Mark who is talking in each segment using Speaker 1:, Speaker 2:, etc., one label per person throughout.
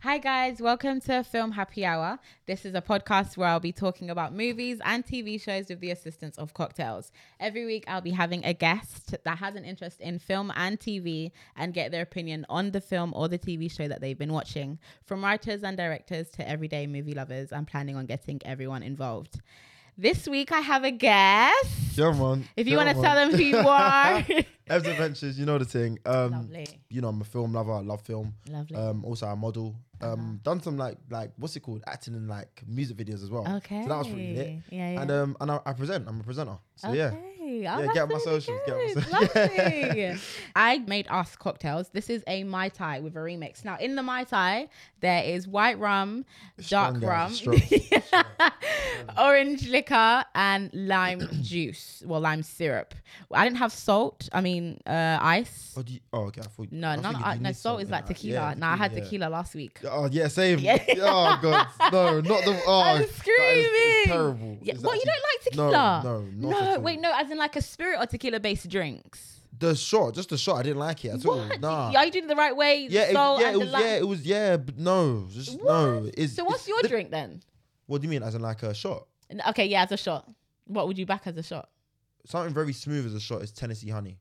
Speaker 1: Hi, guys. Welcome to Film Happy Hour. This is a podcast where I'll be talking about movies and TV shows with the assistance of cocktails. Every week, I'll be having a guest that has an interest in film and TV and get their opinion on the film or the TV show that they've been watching, from writers and directors to everyday movie lovers. I'm planning on getting everyone involved. This week, I have a guest.
Speaker 2: Yeah, man.
Speaker 1: If you
Speaker 2: Yeah,
Speaker 1: want to
Speaker 2: man.
Speaker 1: tell them who you are,
Speaker 2: Ev's Adventures, you know the thing. Um,
Speaker 1: Lovely.
Speaker 2: You know, I'm a film lover. I love film.
Speaker 1: lovely. Uh-huh.
Speaker 2: Um, also, I model. Um, done some like like what's it called? Acting in like music videos as well.
Speaker 1: okay.
Speaker 2: So that was pretty lit.
Speaker 1: Yeah, yeah.
Speaker 2: And um, and I, I present. I'm a presenter. So yeah.
Speaker 1: Okay. Oh,
Speaker 2: Yeah,
Speaker 1: that's
Speaker 2: get on my
Speaker 1: really
Speaker 2: socials, get on my
Speaker 1: good.
Speaker 2: socials.
Speaker 1: Lovely. I made us cocktails. This is a Mai Tai with a remix. Now, in the Mai Tai, there is white rum, dark
Speaker 2: Strong, guys,
Speaker 1: rum,
Speaker 2: strong.
Speaker 1: orange liquor, and lime juice. Well, lime syrup. I didn't have salt. I mean, uh, ice.
Speaker 2: Oh, do you, oh, okay. I thought. I
Speaker 1: No, no,
Speaker 2: was thinking,
Speaker 1: no,
Speaker 2: do you
Speaker 1: no.
Speaker 2: need
Speaker 1: Salt is
Speaker 2: in
Speaker 1: like
Speaker 2: that?
Speaker 1: tequila.
Speaker 2: Yeah,
Speaker 1: no, I had
Speaker 2: yeah.
Speaker 1: tequila last week.
Speaker 2: Oh yeah, same.
Speaker 1: Yeah.
Speaker 2: oh god, no, not the. Oh,
Speaker 1: I'm
Speaker 2: that is- it's
Speaker 1: screaming.
Speaker 2: terrible.
Speaker 1: Yeah,
Speaker 2: It's
Speaker 1: what you
Speaker 2: actually-
Speaker 1: don't like
Speaker 2: No,
Speaker 1: tequila?
Speaker 2: no, not at
Speaker 1: no.
Speaker 2: all.
Speaker 1: Wait, no. As in like a spirit or tequila-based drinks.
Speaker 2: The shot, just the shot. I didn't like it at all.
Speaker 1: What?
Speaker 2: Nah.
Speaker 1: Are you doing it the right way?
Speaker 2: yeah, it,
Speaker 1: Salt
Speaker 2: yeah,
Speaker 1: and
Speaker 2: it
Speaker 1: the
Speaker 2: was,
Speaker 1: lime?
Speaker 2: yeah, it was, yeah, but no, just no. It's,
Speaker 1: so what's
Speaker 2: it's-
Speaker 1: your
Speaker 2: the-
Speaker 1: drink then?
Speaker 2: What do you mean, as in like a shot?
Speaker 1: N- Okay, yeah, as a shot. What would you back as a shot?
Speaker 2: Something very smooth as a shot is Tennessee honey.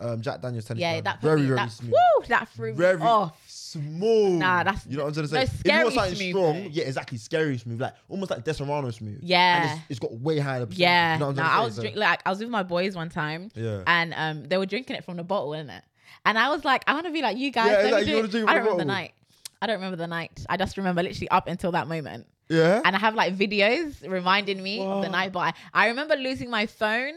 Speaker 2: Um, Jack Daniel's Tennessee
Speaker 1: Yeah,
Speaker 2: honey.
Speaker 1: that put
Speaker 2: very,
Speaker 1: me-
Speaker 2: very
Speaker 1: that,
Speaker 2: smooth.
Speaker 1: Woo, that threw me
Speaker 2: Very
Speaker 1: off.
Speaker 2: smooth.
Speaker 1: Nah, that's-
Speaker 2: you know what I'm trying to
Speaker 1: no,
Speaker 2: say. if
Speaker 1: scary
Speaker 2: you want something
Speaker 1: smooth,
Speaker 2: strong,
Speaker 1: though.
Speaker 2: yeah, exactly, scary smooth, like almost like Desperado smooth.
Speaker 1: Yeah.
Speaker 2: and it's, it's got way higher. percentage,
Speaker 1: Yeah,
Speaker 2: you know what I'm
Speaker 1: nah,
Speaker 2: trying to
Speaker 1: I
Speaker 2: say?
Speaker 1: was
Speaker 2: So-
Speaker 1: drink, like I was with my boys one time,
Speaker 2: Yeah.
Speaker 1: and um, they were drinking it from the bottle, is it? And I was like, I want to be like you guys.
Speaker 2: Yeah,
Speaker 1: let me
Speaker 2: like,
Speaker 1: do
Speaker 2: you
Speaker 1: it.
Speaker 2: wanna drink
Speaker 1: I
Speaker 2: from
Speaker 1: don't remember
Speaker 2: the
Speaker 1: the
Speaker 2: bottle.
Speaker 1: night. I don't remember the night. I just remember literally up until that moment,
Speaker 2: yeah,
Speaker 1: and I have like videos reminding me of the
Speaker 2: Wow.
Speaker 1: night. But I, I remember losing my phone.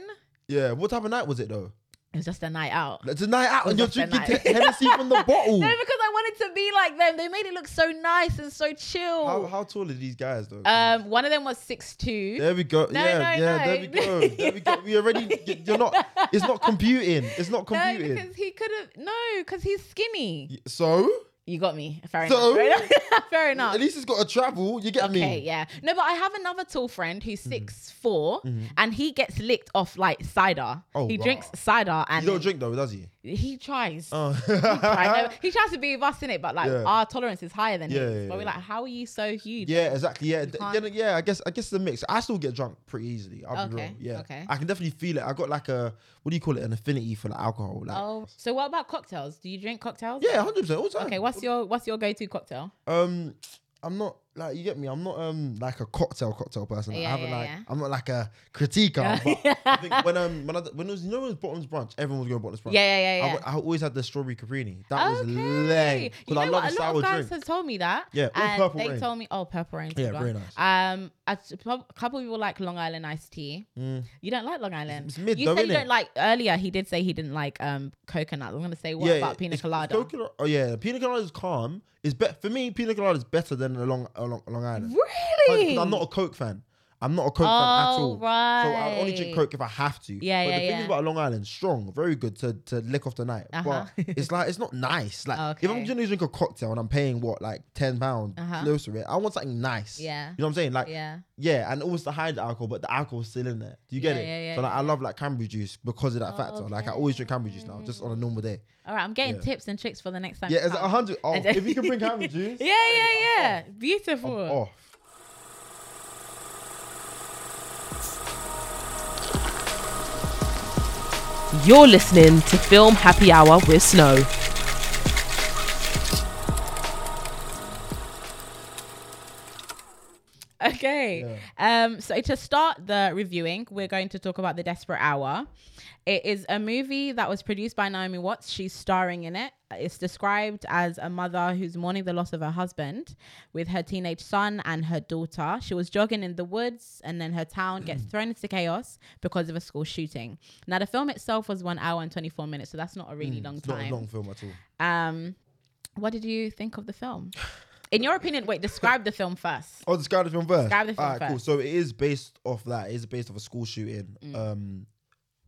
Speaker 2: yeah. What type of night was it though?
Speaker 1: It was just a night out.
Speaker 2: Like, tonight out,
Speaker 1: It
Speaker 2: and you're
Speaker 1: was just
Speaker 2: drinking
Speaker 1: a
Speaker 2: Te-
Speaker 1: night.
Speaker 2: Hennessy from the bottle.
Speaker 1: No, because I wanted to be like them. They made it look so nice and so chill.
Speaker 2: how, how tall are these guys though?
Speaker 1: um, one of them was six two.
Speaker 2: There we go.
Speaker 1: No,
Speaker 2: yeah,
Speaker 1: no,
Speaker 2: yeah. There
Speaker 1: no.
Speaker 2: we go. There we go. We already. y- You're not. It's not computing. It's not
Speaker 1: No,
Speaker 2: computing.
Speaker 1: because he could have. No, because he's skinny.
Speaker 2: Y- so
Speaker 1: You got me. Fair
Speaker 2: So?
Speaker 1: enough. Fair enough.
Speaker 2: at least it's got a travel. You get
Speaker 1: Okay,
Speaker 2: me?
Speaker 1: yeah. No, but I have another tall friend who's
Speaker 2: Mm-hmm.
Speaker 1: 6 4 and he gets licked off like cider.
Speaker 2: Oh,
Speaker 1: he
Speaker 2: wow.
Speaker 1: drinks cider and
Speaker 2: He don't drink though, does he?
Speaker 1: he tries.
Speaker 2: Oh.
Speaker 1: I know. He tries to be with us in it, but like
Speaker 2: Yeah.
Speaker 1: our tolerance is higher than
Speaker 2: Yeah,
Speaker 1: his.
Speaker 2: yeah,
Speaker 1: but we're
Speaker 2: yeah.
Speaker 1: like, how are you so huge?
Speaker 2: yeah, exactly. Yeah, D-
Speaker 1: can't-
Speaker 2: yeah, yeah. I guess I guess the mix. I still get drunk pretty easily. I'll be
Speaker 1: Okay,
Speaker 2: real. Yeah,
Speaker 1: okay.
Speaker 2: I can definitely feel it. I got like a what do you call it? An affinity for like alcohol. Like
Speaker 1: Oh, so what about cocktails? Do you drink cocktails?
Speaker 2: yeah, hundred percent all the time.
Speaker 1: Okay, what's your what's your go to cocktail?
Speaker 2: um? I'm not like you get me. I'm not um like a cocktail cocktail person. Like,
Speaker 1: Yeah,
Speaker 2: I haven't
Speaker 1: yeah,
Speaker 2: like
Speaker 1: yeah.
Speaker 2: I'm not like a critiquer. but I think when um when I d- when it was you know when it was Bottoms brunch, everyone was going Bottoms brunch.
Speaker 1: Yeah, yeah, yeah,
Speaker 2: I
Speaker 1: yeah.
Speaker 2: w- I, always had the strawberry caprini. That was
Speaker 1: Okay.
Speaker 2: lame.
Speaker 1: You
Speaker 2: Because I
Speaker 1: know what?
Speaker 2: love a
Speaker 1: A lot
Speaker 2: sour
Speaker 1: of guys
Speaker 2: drink.
Speaker 1: has told me that.
Speaker 2: Yeah, all
Speaker 1: and
Speaker 2: Purple
Speaker 1: they
Speaker 2: Rain.
Speaker 1: told me, oh, purple rain.
Speaker 2: Yeah, very nice.
Speaker 1: Um, a, a couple people like Long Island iced tea. You don't like Long Island.
Speaker 2: Mm. it's mid
Speaker 1: you
Speaker 2: though,
Speaker 1: say you
Speaker 2: innit?
Speaker 1: don't like. Earlier, he did say he didn't like um coconut. I'm gonna say what about pina
Speaker 2: it's- it's
Speaker 1: colada?
Speaker 2: coconut- oh yeah, pina colada is calm. It's be- for me. Pina colada is better than a Long a Long, a long Island. Like, 'cause
Speaker 1: really?
Speaker 2: I'm not a Coke fan. I'm not a Coke fan at
Speaker 1: Oh,
Speaker 2: all. So I only
Speaker 1: right.
Speaker 2: drink Coke if I have to.
Speaker 1: Yeah,
Speaker 2: but
Speaker 1: yeah,
Speaker 2: the thing
Speaker 1: yeah.
Speaker 2: is about Long Island, strong, very good to, to lick off the night.
Speaker 1: Uh-huh.
Speaker 2: But it's like it's not nice. Like if
Speaker 1: Okay.
Speaker 2: I'm gonna drink a cocktail and I'm paying what like ten pounds
Speaker 1: Uh-huh.
Speaker 2: close to it, I want something nice.
Speaker 1: Yeah.
Speaker 2: you know what I'm saying? Like
Speaker 1: Yeah.
Speaker 2: Yeah, and always to hide the alcohol, but the alcohol's still in there. Do you get
Speaker 1: Yeah,
Speaker 2: it?
Speaker 1: yeah, Oh, yeah,
Speaker 2: so like, I love like cranberry juice because of that factor. Like I always drink cranberry juice now, just on a normal day.
Speaker 1: All right. I'm getting
Speaker 2: Yeah.
Speaker 1: tips and tricks for the next time.
Speaker 2: Yeah,
Speaker 1: you
Speaker 2: it's a
Speaker 1: come.
Speaker 2: hundred. Oh,
Speaker 1: And-
Speaker 2: if you can bring cranberry juice, oh,
Speaker 1: Yeah, yeah, yeah. Beautiful.
Speaker 2: off.
Speaker 3: You're listening to Film Happy Hour with Snow.
Speaker 1: Okay. Um, so to start the reviewing, we're going to talk about The Desperate Hour. It is a movie that was produced by Naomi Watts. She's starring in it. It's described as a mother who's mourning the loss of her husband with her teenage son and her daughter. She was jogging in the woods and then her town gets thrown into chaos because of a school shooting. Now, the film itself was one hour and 24 minutes, so that's not a really long
Speaker 2: Mm, It's not
Speaker 1: time.
Speaker 2: a long film at all.
Speaker 1: Um, what did you think of the film? In your opinion, wait, describe the film first.
Speaker 2: Oh, describe the film first.
Speaker 1: Describe the film
Speaker 2: Alright, cool.
Speaker 1: first. Mm.
Speaker 2: So it is based off that. It is based off a school shooting. Um,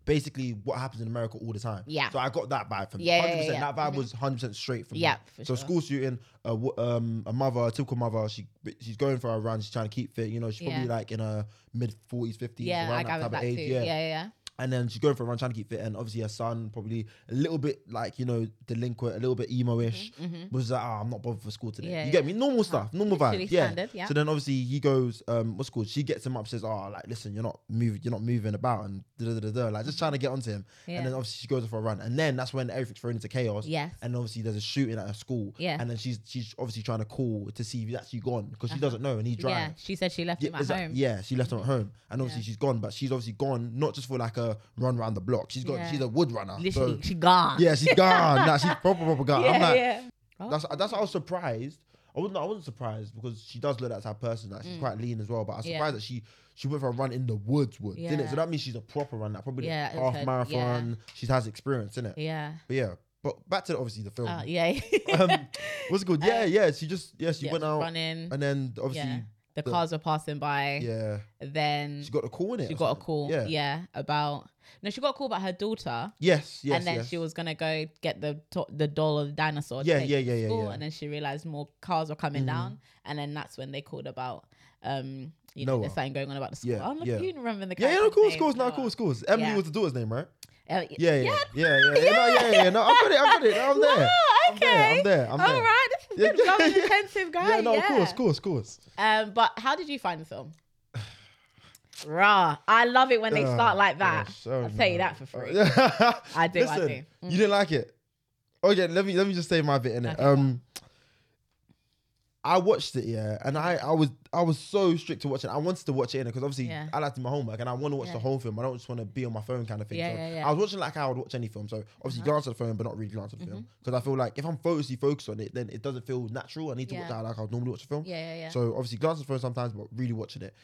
Speaker 2: basically what happens in America all the time.
Speaker 1: Yeah.
Speaker 2: So I got that vibe from
Speaker 1: Yeah, yeah,
Speaker 2: 100%.
Speaker 1: yeah, yeah.
Speaker 2: That vibe was 100% straight from
Speaker 1: Yeah, for
Speaker 2: me. so
Speaker 1: sure.
Speaker 2: school shooting, a, wo- um, a mother, a typical mother, she she's going for a run. She's trying to keep fit. You know, she's probably
Speaker 1: Yeah.
Speaker 2: like in her mid 40s, 50s,
Speaker 1: Yeah,
Speaker 2: around
Speaker 1: I
Speaker 2: that
Speaker 1: gathered
Speaker 2: type
Speaker 1: that
Speaker 2: of
Speaker 1: too.
Speaker 2: age.
Speaker 1: yeah, yeah.
Speaker 2: And then she's going for a run trying to keep fit. And obviously her son, probably a little bit like, you know, delinquent, a little bit emo-ish, was like, ah, I'm not bothered for school today.
Speaker 1: Mm-hmm, Yeah,
Speaker 2: you get
Speaker 1: yeah.
Speaker 2: me? Normal stuff, normal
Speaker 1: Literally
Speaker 2: vibe. Yeah.
Speaker 1: standard, yeah.
Speaker 2: So then obviously he goes, um, what's it called? She gets him up, says, Oh, like, listen, you're not moving, you're not moving about and da da da da. Like just trying to get onto him.
Speaker 1: Yeah.
Speaker 2: And then obviously she goes for a run. And then that's when everything's thrown into chaos.
Speaker 1: Yes.
Speaker 2: And obviously there's a shooting at her school.
Speaker 1: Yeah.
Speaker 2: And then she's she's obviously trying to call to see if he's actually gone because
Speaker 1: Uh-huh.
Speaker 2: she doesn't know and he's
Speaker 1: Yeah,
Speaker 2: driving.
Speaker 1: she said she left him at
Speaker 2: is that-
Speaker 1: home.
Speaker 2: yeah, she left him at home, and obviously she's gone. But she's obviously gone not just for like a run round the block. She's gone.
Speaker 1: Yeah.
Speaker 2: She's a wood runner.
Speaker 1: Literally,
Speaker 2: so-
Speaker 1: she gone.
Speaker 2: yeah, she's gone. nah, she's proper proper gone.
Speaker 1: yeah,
Speaker 2: I'm like,
Speaker 1: yeah.
Speaker 2: that's that's why I was surprised. I wasn't I wasn't surprised because she does look that type of person. Like she's quite lean as well. But I was
Speaker 1: Mm. Yeah.
Speaker 2: surprised that she she went for a run in the woods, woods, didn't it?
Speaker 1: Yeah.
Speaker 2: So that means she's a proper runner, probably
Speaker 1: Yeah,
Speaker 2: yeah,
Speaker 1: it's
Speaker 2: half
Speaker 1: her-
Speaker 2: marathon.
Speaker 1: yeah.
Speaker 2: She has experience in it.
Speaker 1: Yeah.
Speaker 2: But yeah, but back to the, obviously the film.
Speaker 1: Oh, yeah. Uh,
Speaker 2: um, what's it called? Yeah, yeah. She just yeah she
Speaker 1: Yeah,
Speaker 2: went
Speaker 1: just
Speaker 2: out
Speaker 1: running.
Speaker 2: and then obviously
Speaker 1: Yeah. The
Speaker 2: the-
Speaker 1: cars were passing by.
Speaker 2: yeah
Speaker 1: Then
Speaker 2: she got a call in it.
Speaker 1: she
Speaker 2: or
Speaker 1: got a
Speaker 2: something.
Speaker 1: call. Yeah. About no, she got a call about her daughter.
Speaker 2: Yes, yes,
Speaker 1: and then
Speaker 2: yes.
Speaker 1: she was gonna go get the to- the doll of the dinosaur. to
Speaker 2: Yeah,
Speaker 1: take
Speaker 2: yeah,
Speaker 1: to
Speaker 2: yeah, yeah,
Speaker 1: school,
Speaker 2: yeah. Mm-hmm.
Speaker 1: And then she realized more cars were coming down, and then that's when they called about um you know
Speaker 2: Noah.
Speaker 1: there's something going on about the school.
Speaker 2: Yeah,
Speaker 1: I'm not
Speaker 2: yeah.
Speaker 1: you remember the
Speaker 2: Yeah, yeah, no,
Speaker 1: character's
Speaker 2: cool
Speaker 1: name,
Speaker 2: schools, no,
Speaker 1: Noah.
Speaker 2: cool schools. Emily
Speaker 1: Yeah.
Speaker 2: was the daughter's name, right?
Speaker 1: Uh, y-
Speaker 2: Yeah, yeah, yeah, yeah, yeah. No, yeah, yeah, yeah. No, I've got it, I've got it. I'm there.
Speaker 1: Wow,
Speaker 2: I'm there,
Speaker 1: okay.
Speaker 2: I'm there, I'm
Speaker 1: All
Speaker 2: there.
Speaker 1: Oh, right, this is
Speaker 2: Yeah,
Speaker 1: good. Yeah,
Speaker 2: yeah.
Speaker 1: intensive guy.
Speaker 2: Yeah, no, of course,
Speaker 1: yeah.
Speaker 2: course, course.
Speaker 1: Um, but how did you find the film? Rah! I love it when they
Speaker 2: Oh,
Speaker 1: start like that.
Speaker 2: gosh, oh,
Speaker 1: I'll tell you
Speaker 2: no.
Speaker 1: that for free.
Speaker 2: I
Speaker 1: I do, I do.
Speaker 2: You didn't like it. Okay, let me let me just say my bit in it.
Speaker 1: Okay, go
Speaker 2: um, I watched it, yeah, and I I was I was so strict to watch it. I wanted to watch it in it because obviously
Speaker 1: Yeah.
Speaker 2: I like to do my homework and I want to watch
Speaker 1: Yeah.
Speaker 2: the whole film. I don't just want to be on my phone kind of thing.
Speaker 1: Yeah,
Speaker 2: so
Speaker 1: yeah, Uh-huh. yeah.
Speaker 2: I was watching like how I would watch any film. So obviously glance at the phone, but not really glance at the film
Speaker 1: Mm-hmm.
Speaker 2: because I feel like if I'm focused focused on it, then it doesn't feel natural. I need to watch
Speaker 1: Yeah.
Speaker 2: it how, like I would normally watch a film.
Speaker 1: Yeah, yeah, yeah. Mm-hmm.
Speaker 2: So obviously glance at the phone sometimes, but really watching it.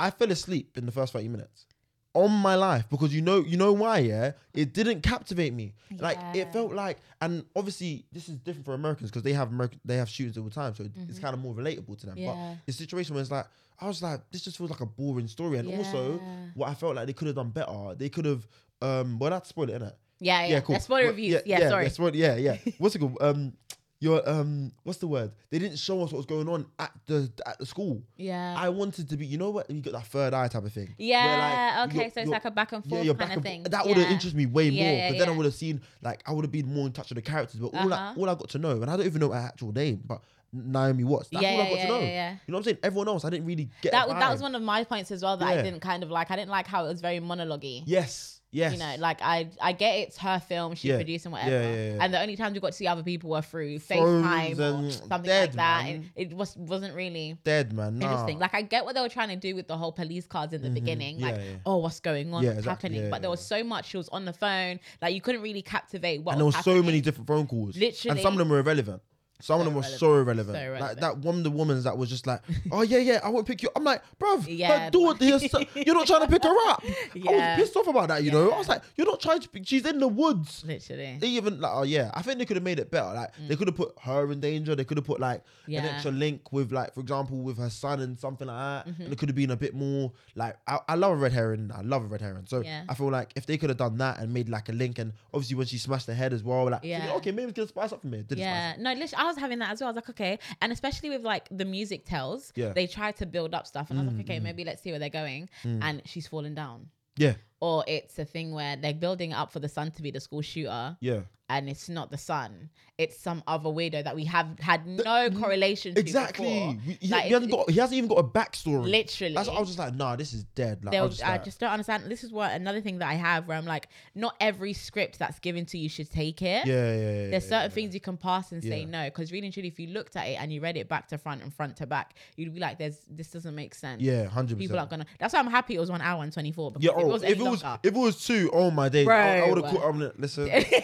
Speaker 2: I fell asleep in the first 30 minutes on my life because you know you know why yeah it didn't captivate me like it
Speaker 1: Yeah.
Speaker 2: felt like and obviously this is different for americans because they have American, they have shootings all the time so it's kind of more relatable to them
Speaker 1: Mm-hmm. Yeah.
Speaker 2: but the situation was like i was like this just feels like a boring story and also
Speaker 1: Yeah.
Speaker 2: what i felt like they could have done better they could have um well that's spoiled it innit?
Speaker 1: yeah, yeah.
Speaker 2: yeah, cool.
Speaker 1: Let's spoil
Speaker 2: Well,
Speaker 1: reviews. Yeah, sorry.
Speaker 2: Yeah, spoil- yeah, yeah. What's it called? Um, your um, what's the word? They didn't show us what was going on at the at the school.
Speaker 1: Yeah.
Speaker 2: I wanted to be. You know what? You got that third eye type of thing. where,
Speaker 1: Uh, Yeah,
Speaker 2: like,
Speaker 1: okay,
Speaker 2: you're-
Speaker 1: so it's
Speaker 2: you're-
Speaker 1: like a back and
Speaker 2: yeah,
Speaker 1: forth
Speaker 2: you're
Speaker 1: kind
Speaker 2: back
Speaker 1: of
Speaker 2: and
Speaker 1: thing.
Speaker 2: forth. That would have
Speaker 1: Yeah.
Speaker 2: interested me way
Speaker 1: Yeah,
Speaker 2: more.
Speaker 1: yeah,
Speaker 2: Because then I
Speaker 1: yeah.
Speaker 2: would have seen like I would have been more in touch with the characters. But all I
Speaker 1: Uh-huh.
Speaker 2: all I got to know, and I don't even know her actual name, but Naomi Watts. That's
Speaker 1: Yeah,
Speaker 2: all I
Speaker 1: yeah,
Speaker 2: got
Speaker 1: yeah,
Speaker 2: to know.
Speaker 1: yeah, yeah.
Speaker 2: You know what I'm saying? Everyone else, I didn't really get.
Speaker 1: That
Speaker 2: a
Speaker 1: was that was
Speaker 2: vibe.
Speaker 1: one of my points as well that
Speaker 2: Yeah.
Speaker 1: I didn't kind of like. I didn't like how it was very monologue-y.
Speaker 2: Yes. Yes.
Speaker 1: You know, like I I get it's her film, she's
Speaker 2: Yeah.
Speaker 1: producing
Speaker 2: Yeah,
Speaker 1: whatever.
Speaker 2: yeah, yeah.
Speaker 1: And the only times we got to see other people were through
Speaker 2: Phones
Speaker 1: FaceTime or
Speaker 2: and
Speaker 1: something
Speaker 2: dead,
Speaker 1: like that.
Speaker 2: man.
Speaker 1: It, it was wasn't really
Speaker 2: dead man. Nah.
Speaker 1: interesting. Like I get what they were trying to do with the whole police cars in the beginning, like
Speaker 2: Oh. Mm-hmm. Yeah, yeah.
Speaker 1: oh, what's going on,
Speaker 2: Yeah,
Speaker 1: what's
Speaker 2: exactly.
Speaker 1: happening.
Speaker 2: Yeah,
Speaker 1: but there
Speaker 2: yeah,
Speaker 1: was so much. She was on the phone, like you couldn't really captivate what.
Speaker 2: and there
Speaker 1: was
Speaker 2: were so many
Speaker 1: happening.
Speaker 2: different phone calls. and
Speaker 1: Literally.
Speaker 2: some of them were irrelevant. Some of
Speaker 1: So
Speaker 2: them were so irrelevant.
Speaker 1: So
Speaker 2: Like
Speaker 1: irrelevant.
Speaker 2: that one of the woman's that was just like, "Oh yeah, yeah, I won't pick you." I'm like, "Bruv,
Speaker 1: Yeah,
Speaker 2: her daughter, here, so- you're not trying to pick her up." I
Speaker 1: Yeah.
Speaker 2: was pissed off about that. You know, I was like, "You're not trying to. Pick, she's in the woods."
Speaker 1: Literally.
Speaker 2: They even like, oh yeah, I think they could have made it better. Like they could have put her in danger. They could have put like
Speaker 1: Mm.
Speaker 2: an
Speaker 1: Yeah.
Speaker 2: extra link with like, for example, with her son and something like
Speaker 1: Mm-hmm.
Speaker 2: that. And it could have been a bit more like I, I love a red herring. I love a red herring. So
Speaker 1: Yeah.
Speaker 2: I feel like if they could have done that and made like a link, and obviously when she smashed her head as well, like
Speaker 1: Yeah.
Speaker 2: yeah. okay, maybe we can spice up from here. Didn't
Speaker 1: Yeah, no, lit- I was having that as well. I was like, okay, and especially with like the music tells,
Speaker 2: Yeah. Mm,
Speaker 1: they try to build up stuff, and I was like, okay, maybe let's see where they're going, and she's falling down,
Speaker 2: spice up.
Speaker 1: or it's a thing where they're building up for the son to be the school shooter,
Speaker 2: yeah, yeah,
Speaker 1: and it's not the son, it's some other weirdo that we have had no correlation to
Speaker 2: exactly.
Speaker 1: before.
Speaker 2: We- He,
Speaker 1: Like,
Speaker 2: he hasn't
Speaker 1: it-
Speaker 2: got. He hasn't even got a backstory.
Speaker 1: Literally.
Speaker 2: That's what I was just like, nah, this is dead. Like, I
Speaker 1: They'll-
Speaker 2: was just
Speaker 1: I
Speaker 2: like-
Speaker 1: just don't understand. This is what another thing that I have where I'm like, not every script that's given to you should take it.
Speaker 2: yeah, yeah, yeah, yeah,
Speaker 1: there's
Speaker 2: yeah,
Speaker 1: certain
Speaker 2: yeah.
Speaker 1: things you can pass and say
Speaker 2: Yeah.
Speaker 1: no because really and truly if you looked at it and you read it back to front and front to back you'd be like there's this doesn't make sense
Speaker 2: Yeah, hundred
Speaker 1: people
Speaker 2: percent.
Speaker 1: are gonna that's why i'm happy it was one hour and 24 because
Speaker 2: Yeah,
Speaker 1: if it
Speaker 2: oh,
Speaker 1: was,
Speaker 2: if it was if it was two, oh my days, I,
Speaker 1: Bro.
Speaker 2: would have caught. I'm gonna listen.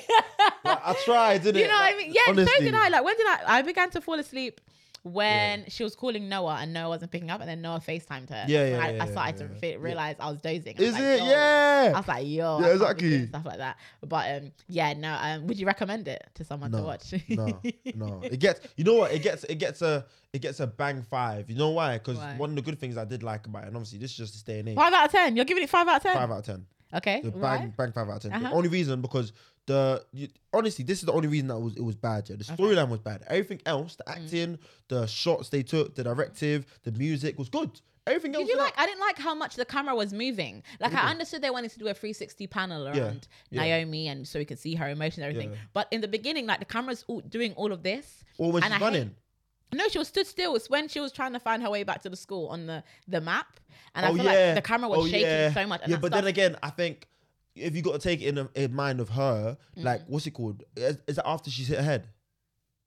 Speaker 2: Like, I tried, didn't
Speaker 1: you know what i
Speaker 2: Like,
Speaker 1: mean yeah so
Speaker 2: honestly.
Speaker 1: did i like when did i i began to fall asleep when she was calling Noah and Noah wasn't picking up, and then Noah FaceTimed her.
Speaker 2: Yeah,
Speaker 1: And
Speaker 2: yeah,
Speaker 1: I,
Speaker 2: yeah,
Speaker 1: I started
Speaker 2: yeah,
Speaker 1: to
Speaker 2: yeah.
Speaker 1: fe- realize I was dozing. I was
Speaker 2: Is
Speaker 1: like,
Speaker 2: it?
Speaker 1: yo.
Speaker 2: Yeah.
Speaker 1: I was like, yo. I can't be
Speaker 2: Yeah,
Speaker 1: doing
Speaker 2: exactly.
Speaker 1: Stuff like that. But um, yeah, no. Um, would you recommend it to someone to watch?
Speaker 2: no, no. It gets. You know what? It gets. It gets a. It gets a bang five. You know why? Because
Speaker 1: Why?
Speaker 2: one of the good things I did like about it, and obviously this is just this day and age.
Speaker 1: Five out of ten. You're giving it five out of ten.
Speaker 2: Five out of ten.
Speaker 1: Okay.
Speaker 2: The bang
Speaker 1: right.
Speaker 2: bang five out of 10
Speaker 1: Uh-huh.
Speaker 2: The only reason because The you, honestly, this is the only reason that it was it was bad. Yeah, the
Speaker 1: Okay. Mm.
Speaker 2: storyline was bad. Everything else, the acting, the shots they took, the directive, the music was good. Everything else,
Speaker 1: Did you
Speaker 2: was
Speaker 1: like? I didn't like how much the camera was moving. Like I understood they wanted to do a 360 panel around
Speaker 2: Yeah, yeah.
Speaker 1: Naomi, and so we could see her emotions and everything.
Speaker 2: Yeah.
Speaker 1: But in the beginning, like the camera's all, doing all of this.
Speaker 2: or when
Speaker 1: and
Speaker 2: she's
Speaker 1: I hate-
Speaker 2: running.
Speaker 1: No, she was stood still. It's when she was trying to find her way back to the school on the the map, and
Speaker 2: oh
Speaker 1: I feel
Speaker 2: yeah,
Speaker 1: like the camera was
Speaker 2: Oh,
Speaker 1: shaking
Speaker 2: yeah.
Speaker 1: so much. And
Speaker 2: Yeah,
Speaker 1: I
Speaker 2: but
Speaker 1: stopped-
Speaker 2: then again, I think if you got to take it in, a, in mind of her, like
Speaker 1: Mm.
Speaker 2: what's it called? Is, is that after she's hit her head?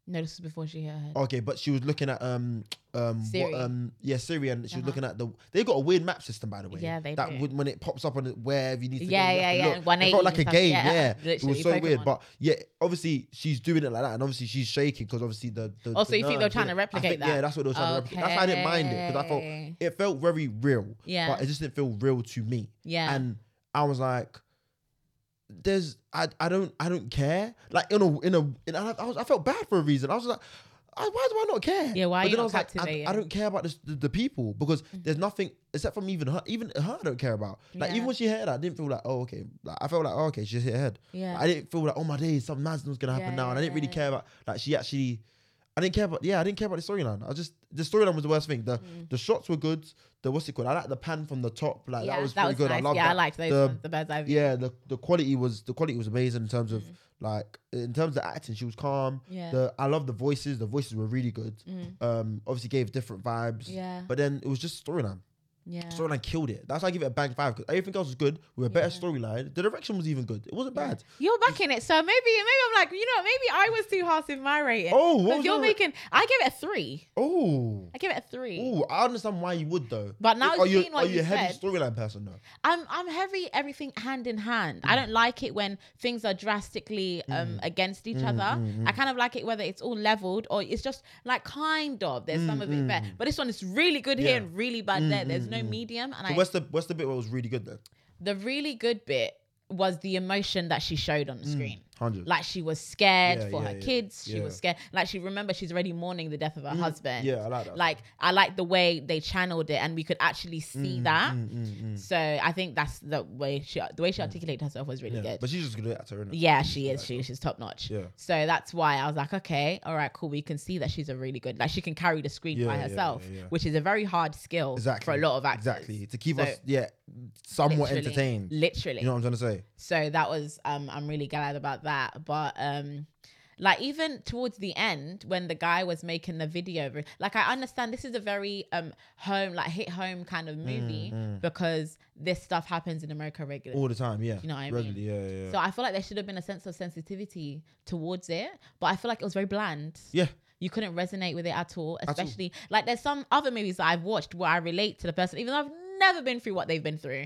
Speaker 1: no, this was before she hit her head.
Speaker 2: Okay, but she was looking at um um
Speaker 1: Siri.
Speaker 2: what um yeah Siri and she was
Speaker 1: Uh-huh.
Speaker 2: looking at the they got a weird map system by the way.
Speaker 1: Yeah, they
Speaker 2: that
Speaker 1: do.
Speaker 2: would- when it pops up on it, wherever you need to go,
Speaker 1: Yeah,
Speaker 2: you have
Speaker 1: yeah,
Speaker 2: to
Speaker 1: yeah,
Speaker 2: look. It
Speaker 1: 180
Speaker 2: felt like a
Speaker 1: and stuff.
Speaker 2: game.
Speaker 1: Yeah,
Speaker 2: Yeah, it was
Speaker 1: literally,
Speaker 2: so weird.
Speaker 1: Pokemon.
Speaker 2: But yeah, obviously she's doing it like that, and obviously she's shaking because obviously the, the
Speaker 1: Oh, so
Speaker 2: the
Speaker 1: you think they were
Speaker 2: nerves,
Speaker 1: trying
Speaker 2: innit?
Speaker 1: to
Speaker 2: I
Speaker 1: replicate
Speaker 2: think-
Speaker 1: that?
Speaker 2: Yeah, that's what they were trying to replicate. That's why I didn't mind it because I felt
Speaker 1: Okay.
Speaker 2: it felt very real.
Speaker 1: Yeah.
Speaker 2: but it just didn't feel real to me.
Speaker 1: Yeah.
Speaker 2: and I was like. There's I I don't I don't care like in a in a in, I, I, was, I felt bad for a reason I was like I, why do I not care
Speaker 1: Yeah, why are
Speaker 2: But
Speaker 1: you
Speaker 2: then
Speaker 1: not
Speaker 2: I was like, I-
Speaker 1: captivated? Mm.
Speaker 2: I, don't care about this, the, the people because there's nothing except from even her even her I don't care about like
Speaker 1: Yeah.
Speaker 2: even when she hit her, I didn't feel like oh okay like, I felt like oh, okay she just hit her head
Speaker 1: Yeah.
Speaker 2: I didn't feel like oh my days something mad's was gonna happen
Speaker 1: Yeah,
Speaker 2: now and I
Speaker 1: yeah,
Speaker 2: didn't really
Speaker 1: yeah.
Speaker 2: care about like she actually I didn't care about yeah I didn't care about the storyline I just the storyline was the worst thing the
Speaker 1: Mm.
Speaker 2: the shots were good the what's it called I like the pan from the top like that was pretty good
Speaker 1: nice.
Speaker 2: I loved
Speaker 1: yeah,
Speaker 2: that
Speaker 1: I liked those.
Speaker 2: The-
Speaker 1: ones, the bird's eye view.
Speaker 2: yeah the, the quality was the quality was amazing in terms of like in terms of acting she was calm
Speaker 1: Mm. Yeah. Mm. mm-hmm,
Speaker 2: the i love the voices the voices were really good um obviously gave different vibes
Speaker 1: Yeah.
Speaker 2: but then it was just storyline
Speaker 1: yeah.
Speaker 2: storyline killed it that's why i give it a bang five because everything else was good with a better storyline the direction was even good it wasn't bad
Speaker 1: You're back in it, so maybe maybe I'm like, you know, maybe I was too harsh in my rating.
Speaker 2: Oh, what
Speaker 1: 'Cause
Speaker 2: was
Speaker 1: you're
Speaker 2: your-
Speaker 1: making. I gave it a three.
Speaker 2: oh
Speaker 1: I give it a three.
Speaker 2: Oh, I understand why you would though.
Speaker 1: But now
Speaker 2: Are
Speaker 1: I've
Speaker 2: you,
Speaker 1: seen what
Speaker 2: are you
Speaker 1: you
Speaker 2: a heavy
Speaker 1: said.
Speaker 2: storyline person though?
Speaker 1: I'm I'm heavy everything hand in hand.
Speaker 2: Mm.
Speaker 1: I don't like it when things are drastically um against
Speaker 2: Mm,
Speaker 1: each other. I kind of like it whether it's all leveled or it's just like kind of there's some of it there. But this one is really good
Speaker 2: Mm, Yeah.
Speaker 1: here and really bad there. There's no medium and
Speaker 2: So
Speaker 1: I
Speaker 2: what's the what's the bit where it was really good then?
Speaker 1: the really good bit was the emotion that she showed on the screen.
Speaker 2: Hundred.
Speaker 1: Like she was scared
Speaker 2: Mm. Yeah,
Speaker 1: for
Speaker 2: yeah,
Speaker 1: her
Speaker 2: yeah.
Speaker 1: kids. She was
Speaker 2: Yeah.
Speaker 1: scared.
Speaker 2: Mm,
Speaker 1: Like she remember she's already mourning the death of her husband.
Speaker 2: yeah, I like that.
Speaker 1: Like I like the way they channeled it, and we could actually
Speaker 2: Mm,
Speaker 1: see that.
Speaker 2: Hmm.
Speaker 1: So I think that's the way she the way she articulated herself was really
Speaker 2: yeah.
Speaker 1: good.
Speaker 2: But she's just good at her, innit?
Speaker 1: yeah, she is. She, she's top notch.
Speaker 2: Yeah.
Speaker 1: So that's why I was like, okay, all right, cool. We can see that she's a really good. Like she can carry the screen by
Speaker 2: Yeah, yeah,
Speaker 1: herself,
Speaker 2: yeah, yeah.
Speaker 1: which is a very hard skill
Speaker 2: Exactly.
Speaker 1: for a lot of actors.
Speaker 2: Exactly. To keep
Speaker 1: So,
Speaker 2: us yeah, somewhat
Speaker 1: literally-
Speaker 2: entertained.
Speaker 1: Literally.
Speaker 2: You know what I'm trying to say?
Speaker 1: So that was um I'm really glad about that. But um like even towards the end when the guy was making the video re- like I understand this is a very um home like hit home kind of
Speaker 2: Mm,
Speaker 1: movie because this stuff happens in America regularly.
Speaker 2: All the time, yeah.
Speaker 1: You know what I mean?
Speaker 2: Regularly, yeah, yeah.
Speaker 1: So I feel like there should have been a sense of sensitivity towards it, but I feel like it was very bland.
Speaker 2: yeah.
Speaker 1: You couldn't resonate with it at all, especially like there's some other movies that I've watched where I relate to the person even though I've never been through what they've been through.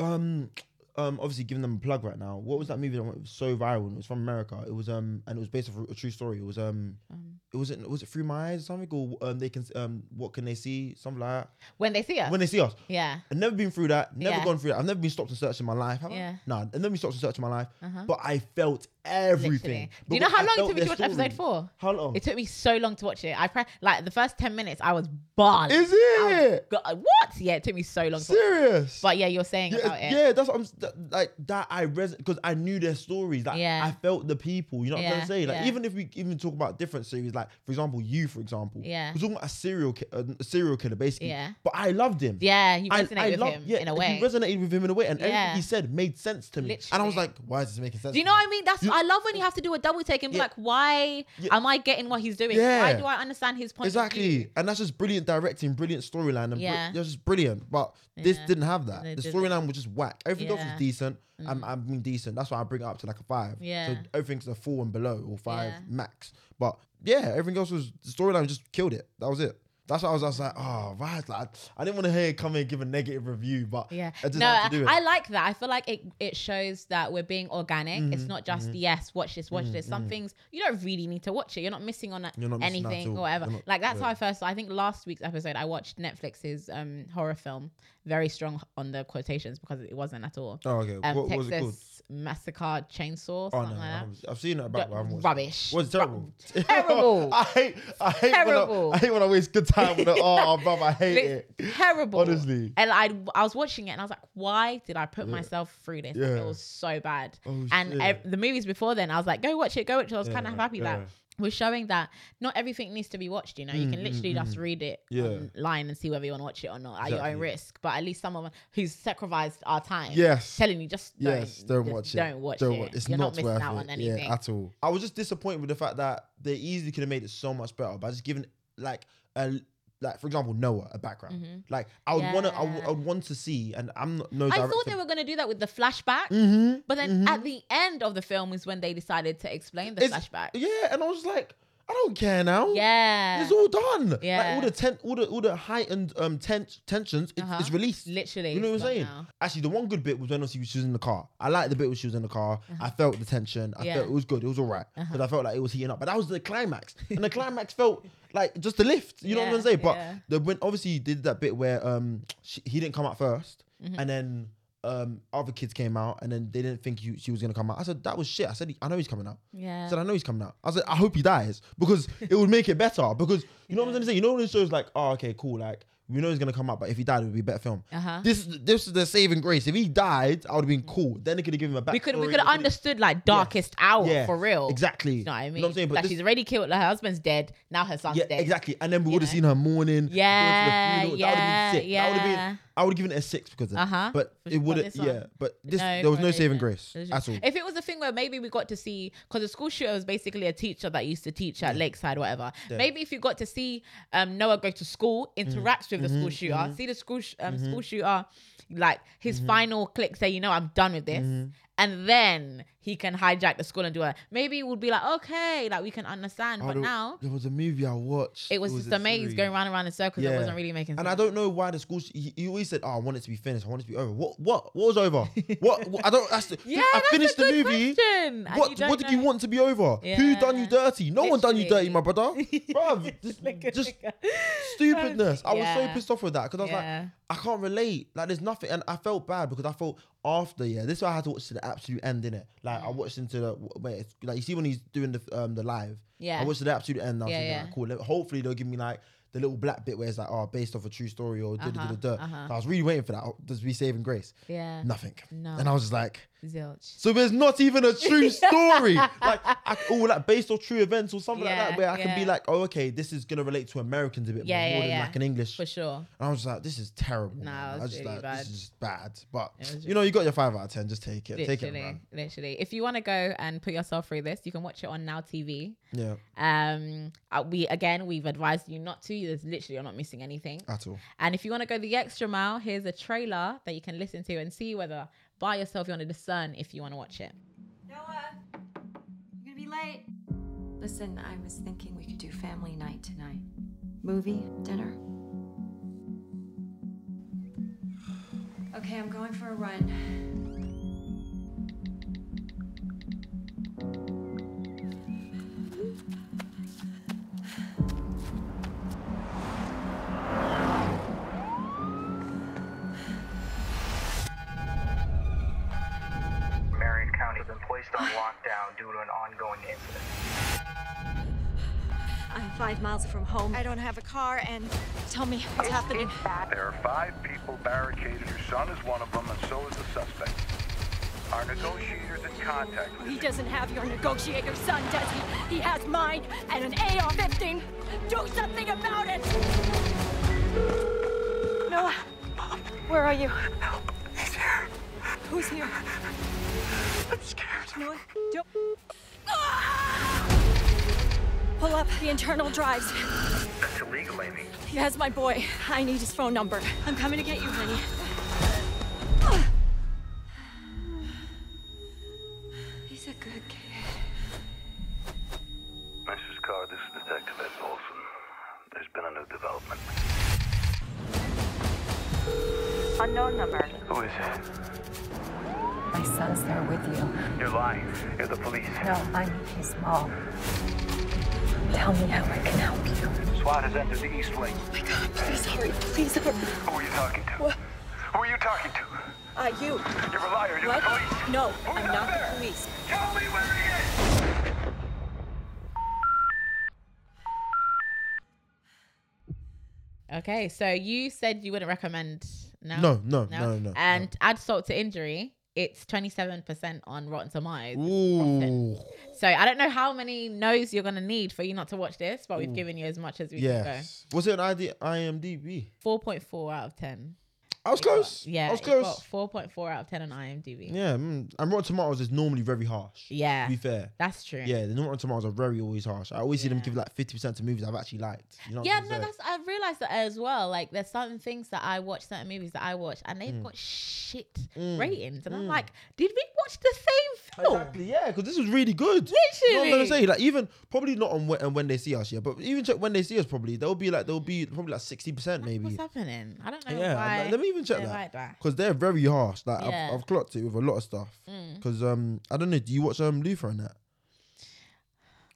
Speaker 2: Um um obviously giving them a plug right now. What was that movie that went so viral? and It was from America. It was um and it was based off a true story. It was um, it was it was it through my eyes or something or um they can um what can they see? Something like
Speaker 1: When they see us.
Speaker 2: that. When they see us.
Speaker 1: yeah.
Speaker 2: I've never been through that. Never
Speaker 1: Yeah.
Speaker 2: gone through that. I've never been stopped and searched in my life. Have
Speaker 1: Yeah. Uh-huh.
Speaker 2: I? Nah, I've never been stopped and searched in my life. But I felt everything.
Speaker 1: Literally. Do you know
Speaker 2: Because
Speaker 1: how
Speaker 2: I
Speaker 1: long it
Speaker 2: felt
Speaker 1: took me to
Speaker 2: their
Speaker 1: watch episode
Speaker 2: story.
Speaker 1: four?
Speaker 2: How long?
Speaker 1: It took me so long to watch it. I pre- like the first ten minutes, I was barred.
Speaker 2: Is it?
Speaker 1: uh, what? Yeah, it took me so long. To-
Speaker 2: Serious?
Speaker 1: but yeah, you're saying
Speaker 2: yeah,
Speaker 1: about it.
Speaker 2: yeah, that's what I'm s- that, like that. I res because I knew their stories. Like
Speaker 1: Yeah.
Speaker 2: I felt the people. You know what I'm
Speaker 1: Yeah,
Speaker 2: trying to say? Like
Speaker 1: yeah.
Speaker 2: even if we even talk about different series, like for example, you for example,
Speaker 1: Yeah.
Speaker 2: we're talking about a serial ki- a a serial killer basically.
Speaker 1: Yeah.
Speaker 2: but I loved him.
Speaker 1: Yeah, you
Speaker 2: I-
Speaker 1: resonate
Speaker 2: I
Speaker 1: with
Speaker 2: loved-
Speaker 1: him
Speaker 2: yeah,
Speaker 1: in a
Speaker 2: you
Speaker 1: way.
Speaker 2: resonated with him in a way, and
Speaker 1: Yeah.
Speaker 2: everything he said made sense to me. And I
Speaker 1: Literally.
Speaker 2: was like, "Why is this making sense?"
Speaker 1: do you
Speaker 2: to
Speaker 1: know
Speaker 2: me?
Speaker 1: what I mean? That's I love when you have to do a double take and be
Speaker 2: Yeah.
Speaker 1: like, why
Speaker 2: Yeah.
Speaker 1: am I getting what he's doing? Why
Speaker 2: Yeah.
Speaker 1: do I understand his point? of view?
Speaker 2: Exactly, and that's just brilliant directing, brilliant storyline, and
Speaker 1: Yeah.
Speaker 2: yeah. that's just brilliant. But this
Speaker 1: Yeah.
Speaker 2: didn't have that.
Speaker 1: It
Speaker 2: the
Speaker 1: didn't.
Speaker 2: storyline was just whack. Everything else
Speaker 1: Yeah. Mm.
Speaker 2: was decent. I'm, I'm being decent. That's why I bring it up to like a five. So
Speaker 1: Yeah.
Speaker 2: everything's a four and below or five
Speaker 1: Yeah.
Speaker 2: max. But yeah, everything else was the storyline just killed it. That was it. That's why I was, I was like, oh, right. Like, I didn't want to hear it come in and give a negative review, but
Speaker 1: Yeah.
Speaker 2: I just
Speaker 1: no,
Speaker 2: had to do it.
Speaker 1: I, I like that. I feel like it, it shows that we're being organic.
Speaker 2: Mm-hmm.
Speaker 1: it's not just yes, watch this, watch this. Some things you don't really need to watch it. You're not missing on that,
Speaker 2: You're not missing out
Speaker 1: anything
Speaker 2: at all.
Speaker 1: or whatever.
Speaker 2: You're not-
Speaker 1: like that's
Speaker 2: yeah.
Speaker 1: how I first. I think last week's episode I watched Netflix's um, horror film, very strong on the quotations because it wasn't at all.
Speaker 2: oh, okay.
Speaker 1: Um,
Speaker 2: what, what was
Speaker 1: Texas
Speaker 2: it called?
Speaker 1: Massacre Chainsaw,
Speaker 2: Oh
Speaker 1: something
Speaker 2: no, I
Speaker 1: like that.
Speaker 2: haven't- I've seen that back, but I haven't watched it.
Speaker 1: Rubbish.
Speaker 2: Was it terrible?
Speaker 1: Terrible.
Speaker 2: I hate. I hate.
Speaker 1: Terrible.
Speaker 2: When I, I hate when I waste good time with the oh, bruv, I hate
Speaker 1: Li-
Speaker 2: it.
Speaker 1: terrible.
Speaker 2: Honestly.
Speaker 1: And I I was watching it and I was like, why did I put myself through this?
Speaker 2: Yeah.
Speaker 1: It was so bad.
Speaker 2: Oh,
Speaker 1: and
Speaker 2: shit.
Speaker 1: ev- the movies before then, I was like, go watch it, go watch it. I was
Speaker 2: Yeah,
Speaker 1: kind of happy
Speaker 2: yeah.
Speaker 1: that we're showing that not everything needs to be watched. You know, you can
Speaker 2: Mm,
Speaker 1: literally
Speaker 2: mm,
Speaker 1: just read it
Speaker 2: Yeah.
Speaker 1: online and see whether you want to watch it or not at your own
Speaker 2: Exactly.
Speaker 1: risk. But at least someone who's sacrificed our time.
Speaker 2: Yes.
Speaker 1: Telling you just don't,
Speaker 2: Yes, don't
Speaker 1: just
Speaker 2: watch it.
Speaker 1: Don't watch it.
Speaker 2: wa- It's
Speaker 1: You're
Speaker 2: not,
Speaker 1: not, missing
Speaker 2: worth
Speaker 1: out
Speaker 2: it.
Speaker 1: on anything.
Speaker 2: Yeah, at all. I was just disappointed with the fact that they easily could have made it so much better by just giving like a like for example Noah a background. Like I would wanna I would, I
Speaker 1: Mm-hmm. Yeah.
Speaker 2: would want to see and I'm not no.
Speaker 1: I thought they were going to do that with the flashback,
Speaker 2: hmm
Speaker 1: but then at the end of the film is when they decided to explain the flashback.
Speaker 2: Yeah, and I was like, I don't care now.
Speaker 1: Yeah.
Speaker 2: It's all done.
Speaker 1: Yeah.
Speaker 2: Like all the ten, all the all the heightened um ten- tensions, it's, it's
Speaker 1: Uh-huh.
Speaker 2: released.
Speaker 1: Literally.
Speaker 2: You know what I'm
Speaker 1: it's gone
Speaker 2: saying?
Speaker 1: now.
Speaker 2: Actually, the one good bit was when obviously she was in the car. I liked the bit when she was in the car. I felt the tension. I
Speaker 1: Uh-huh. Yeah. Uh-huh.
Speaker 2: felt it was good. It was all right. Because I felt like it was heating up. But that was the climax. And the climax felt like just a lift. You know what I'm
Speaker 1: Yeah,
Speaker 2: saying? But
Speaker 1: yeah.
Speaker 2: the, when obviously he did that bit where um she, he didn't come out 1st
Speaker 1: Mm-hmm.
Speaker 2: and then um other kids came out and then they didn't think he, she was gonna come out. I said that was shit. I said I know he's coming out.
Speaker 1: Yeah.
Speaker 2: I said, I know he's coming out. I said, I hope he dies because it would make it better. Because you know what I'm saying? You know when it shows like, oh, okay, cool, like we know he's gonna come out, but if he died, it would be a better film.
Speaker 1: Uh-huh.
Speaker 2: This this is the saving grace. If he died, I would have been cool. Then they could have given him a back.
Speaker 1: we could we could have understood like darkest hour for real.
Speaker 2: Exactly.
Speaker 1: You know what I mean?
Speaker 2: You know what I'm saying? But
Speaker 1: like
Speaker 2: this-
Speaker 1: she's already killed. Her husband's dead. Now her son's
Speaker 2: yeah,
Speaker 1: dead.
Speaker 2: exactly. And then we
Speaker 1: You
Speaker 2: would have
Speaker 1: know?
Speaker 2: seen her mourning. going to the
Speaker 1: Yeah,
Speaker 2: funeral.
Speaker 1: yeah,
Speaker 2: that would have been sick. That would have
Speaker 1: yeah.
Speaker 2: been. I would have given it a six because of that.
Speaker 1: Uh-huh.
Speaker 2: But
Speaker 1: For-
Speaker 2: it
Speaker 1: but
Speaker 2: would have.
Speaker 1: this one-
Speaker 2: Yeah. But this
Speaker 1: No
Speaker 2: there was no saving grace
Speaker 1: correlation. There's
Speaker 2: at
Speaker 1: just-
Speaker 2: all.
Speaker 1: If it was a thing where maybe we got to see, because the school shooter was basically a teacher that used to teach at Lakeside, whatever. Maybe if you got to see um, Noah go to school,
Speaker 2: Mm-hmm.
Speaker 1: interact with the school shooter, see the school sh- um, school shooter, like his
Speaker 2: Mm-hmm.
Speaker 1: final click, say, you know, I'm done with this. And then he can hijack the school and do it. Maybe it would be like, okay, like we can understand.
Speaker 2: Oh,
Speaker 1: but
Speaker 2: there-
Speaker 1: now
Speaker 2: there was a movie I watched.
Speaker 1: it was, just a maze
Speaker 2: series.
Speaker 1: going round and round in circles that wasn't really making sense.
Speaker 2: And I don't know why the school. He, he always said, "Oh, I want it to be finished. I want it to be over." What? What? What was over? what, what- I don't. That's the,
Speaker 1: yeah,
Speaker 2: I
Speaker 1: that's
Speaker 2: finished
Speaker 1: a good
Speaker 2: the movie.
Speaker 1: Question. And
Speaker 2: What?
Speaker 1: don't
Speaker 2: What did you
Speaker 1: know.
Speaker 2: want to be over? Who done you
Speaker 1: Yeah.
Speaker 2: dirty? No one done you dirty,
Speaker 1: Literally.
Speaker 2: my brother. Bruv, just, just stupidness. I was so
Speaker 1: Yeah.
Speaker 2: pissed off with that because I was
Speaker 1: Yeah.
Speaker 2: like, I can't relate. Like, there's nothing, and I felt bad because I felt after yeah, this is why I had to watch to the absolute end in it. Like,
Speaker 1: Mm.
Speaker 2: I watched into the wait, it's, like you see when he's doing the um the live.
Speaker 1: Yeah.
Speaker 2: I watched to the absolute end. And I was
Speaker 1: Yeah,
Speaker 2: thinking,
Speaker 1: yeah.
Speaker 2: like, cool. let- Hopefully they'll give me like. The little black bit where it's like, oh, based off a true story or da da da da. da.
Speaker 1: uh-huh.
Speaker 2: So I was really waiting for that. Does be saving grace?
Speaker 1: Yeah.
Speaker 2: Nothing.
Speaker 1: No.
Speaker 2: And I was just like,
Speaker 1: Zilch.
Speaker 2: so there's not even a true story. like, I, oh, like based on true events or something like
Speaker 1: Yeah,
Speaker 2: that, where I can be
Speaker 1: yeah.
Speaker 2: like, oh, okay, this is gonna relate to Americans a bit
Speaker 1: Yeah,
Speaker 2: more,
Speaker 1: yeah,
Speaker 2: than
Speaker 1: yeah.
Speaker 2: like an English.
Speaker 1: For sure.
Speaker 2: And I was just like, this is terrible.
Speaker 1: Nah,
Speaker 2: man.
Speaker 1: it
Speaker 2: I
Speaker 1: was
Speaker 2: was just
Speaker 1: really
Speaker 2: like,
Speaker 1: bad.
Speaker 2: this is just bad. But
Speaker 1: It was
Speaker 2: you know, you got your five out of ten. Just take it. Take it,
Speaker 1: Literally.
Speaker 2: man.
Speaker 1: Literally. If you want to go and put yourself through this, you can watch it on Now TV.
Speaker 2: Yeah,
Speaker 1: Um, uh, we again, we've advised you not to. There's literally you're not missing anything.
Speaker 2: at all.
Speaker 1: And if you want to go the extra mile, here's a trailer that you can listen to and see whether by yourself you want to discern if you want to watch it.
Speaker 4: Noah, you're gonna be late.
Speaker 5: Listen, I was thinking we could do family night tonight. Movie, dinner. Okay, I'm going for a run.
Speaker 6: Marion County has been placed on lockdown due to an ongoing incident.
Speaker 5: I'm five miles from home.
Speaker 4: I don't have a car, and tell me what's happening.
Speaker 7: There are five people barricaded. Your son is one of them, and so is the suspect. Our negotiators in contact with
Speaker 4: He doesn't have your negotiator's son, does he? He has mine and an AR-15. Do something about it. Noah, where are you? Help! He's here. Who's here? I'm scared. Noah, don't. Ah! Pull up the internal drives.
Speaker 6: That's illegal, Amy.
Speaker 4: He has my boy. I need his phone number. I'm coming to get you, honey.
Speaker 5: He's a good kid.
Speaker 7: Mrs. Carr, this is Detective Ed Olson. There's been a new development.
Speaker 8: Unknown number.
Speaker 7: Who is it?
Speaker 8: My son's there with you.
Speaker 7: You're lying. You're the police.
Speaker 8: No, I'm his mom. Tell me how I can help you.
Speaker 7: SWAT has entered the East Wing.
Speaker 4: Please hurry. Please hurry.
Speaker 7: Who are you talking to? Who are you talking to?
Speaker 4: Uh, you.
Speaker 7: You're a liar. You're
Speaker 4: What?
Speaker 7: the police.
Speaker 4: No,
Speaker 7: Who's
Speaker 4: I'm
Speaker 7: up
Speaker 4: not
Speaker 7: there?
Speaker 4: the police.
Speaker 7: Tell me where he is.
Speaker 1: Okay, so you said you wouldn't recommend no,
Speaker 2: No, no, no, no,
Speaker 1: and add salt to injury. It's twenty seven percent on Rotten Tomatoes.
Speaker 2: Ooh.
Speaker 1: So I don't know how many no's you're gonna need for you not to watch this, but we've given you as much as we can go.
Speaker 2: Yes. Was it an ID- IMDb?
Speaker 1: Four point four out of ten.
Speaker 2: I was close.
Speaker 1: Yeah,
Speaker 2: I was close.
Speaker 1: Four point four out of ten on IMDb.
Speaker 2: Yeah, mm. and Rotten Tomatoes is normally very harsh.
Speaker 1: Yeah.
Speaker 2: To be fair.
Speaker 1: That's true.
Speaker 2: Yeah, the Rotten Tomatoes are very always harsh. I always see them give like 50% to movies I've actually liked. You know what
Speaker 1: Yeah,
Speaker 2: I'm
Speaker 1: no,
Speaker 2: saying?
Speaker 1: that's I've realized that as well. Like there's certain things that I watch, certain movies that I watch, and
Speaker 2: Mm.
Speaker 1: they've got shit ratings. And I'm like, did we watch the same film?
Speaker 2: Exactly, yeah, because this was really good. You know what I'm gonna
Speaker 1: Literally.
Speaker 2: say, like even probably not on when, and when they see us, yeah, but even check when they see us, probably they'll be like they'll be probably like sixty percent
Speaker 1: What's
Speaker 2: maybe.
Speaker 1: happening? I don't know
Speaker 2: Yeah,
Speaker 1: why.
Speaker 2: I'm like, let me even check
Speaker 1: they're
Speaker 2: that.
Speaker 1: like that.
Speaker 2: because they're very harsh. Like
Speaker 1: Yeah. Mm.
Speaker 2: I've, I've clocked it with a lot of stuff. Because um, I don't know. Do you watch um Luther and that?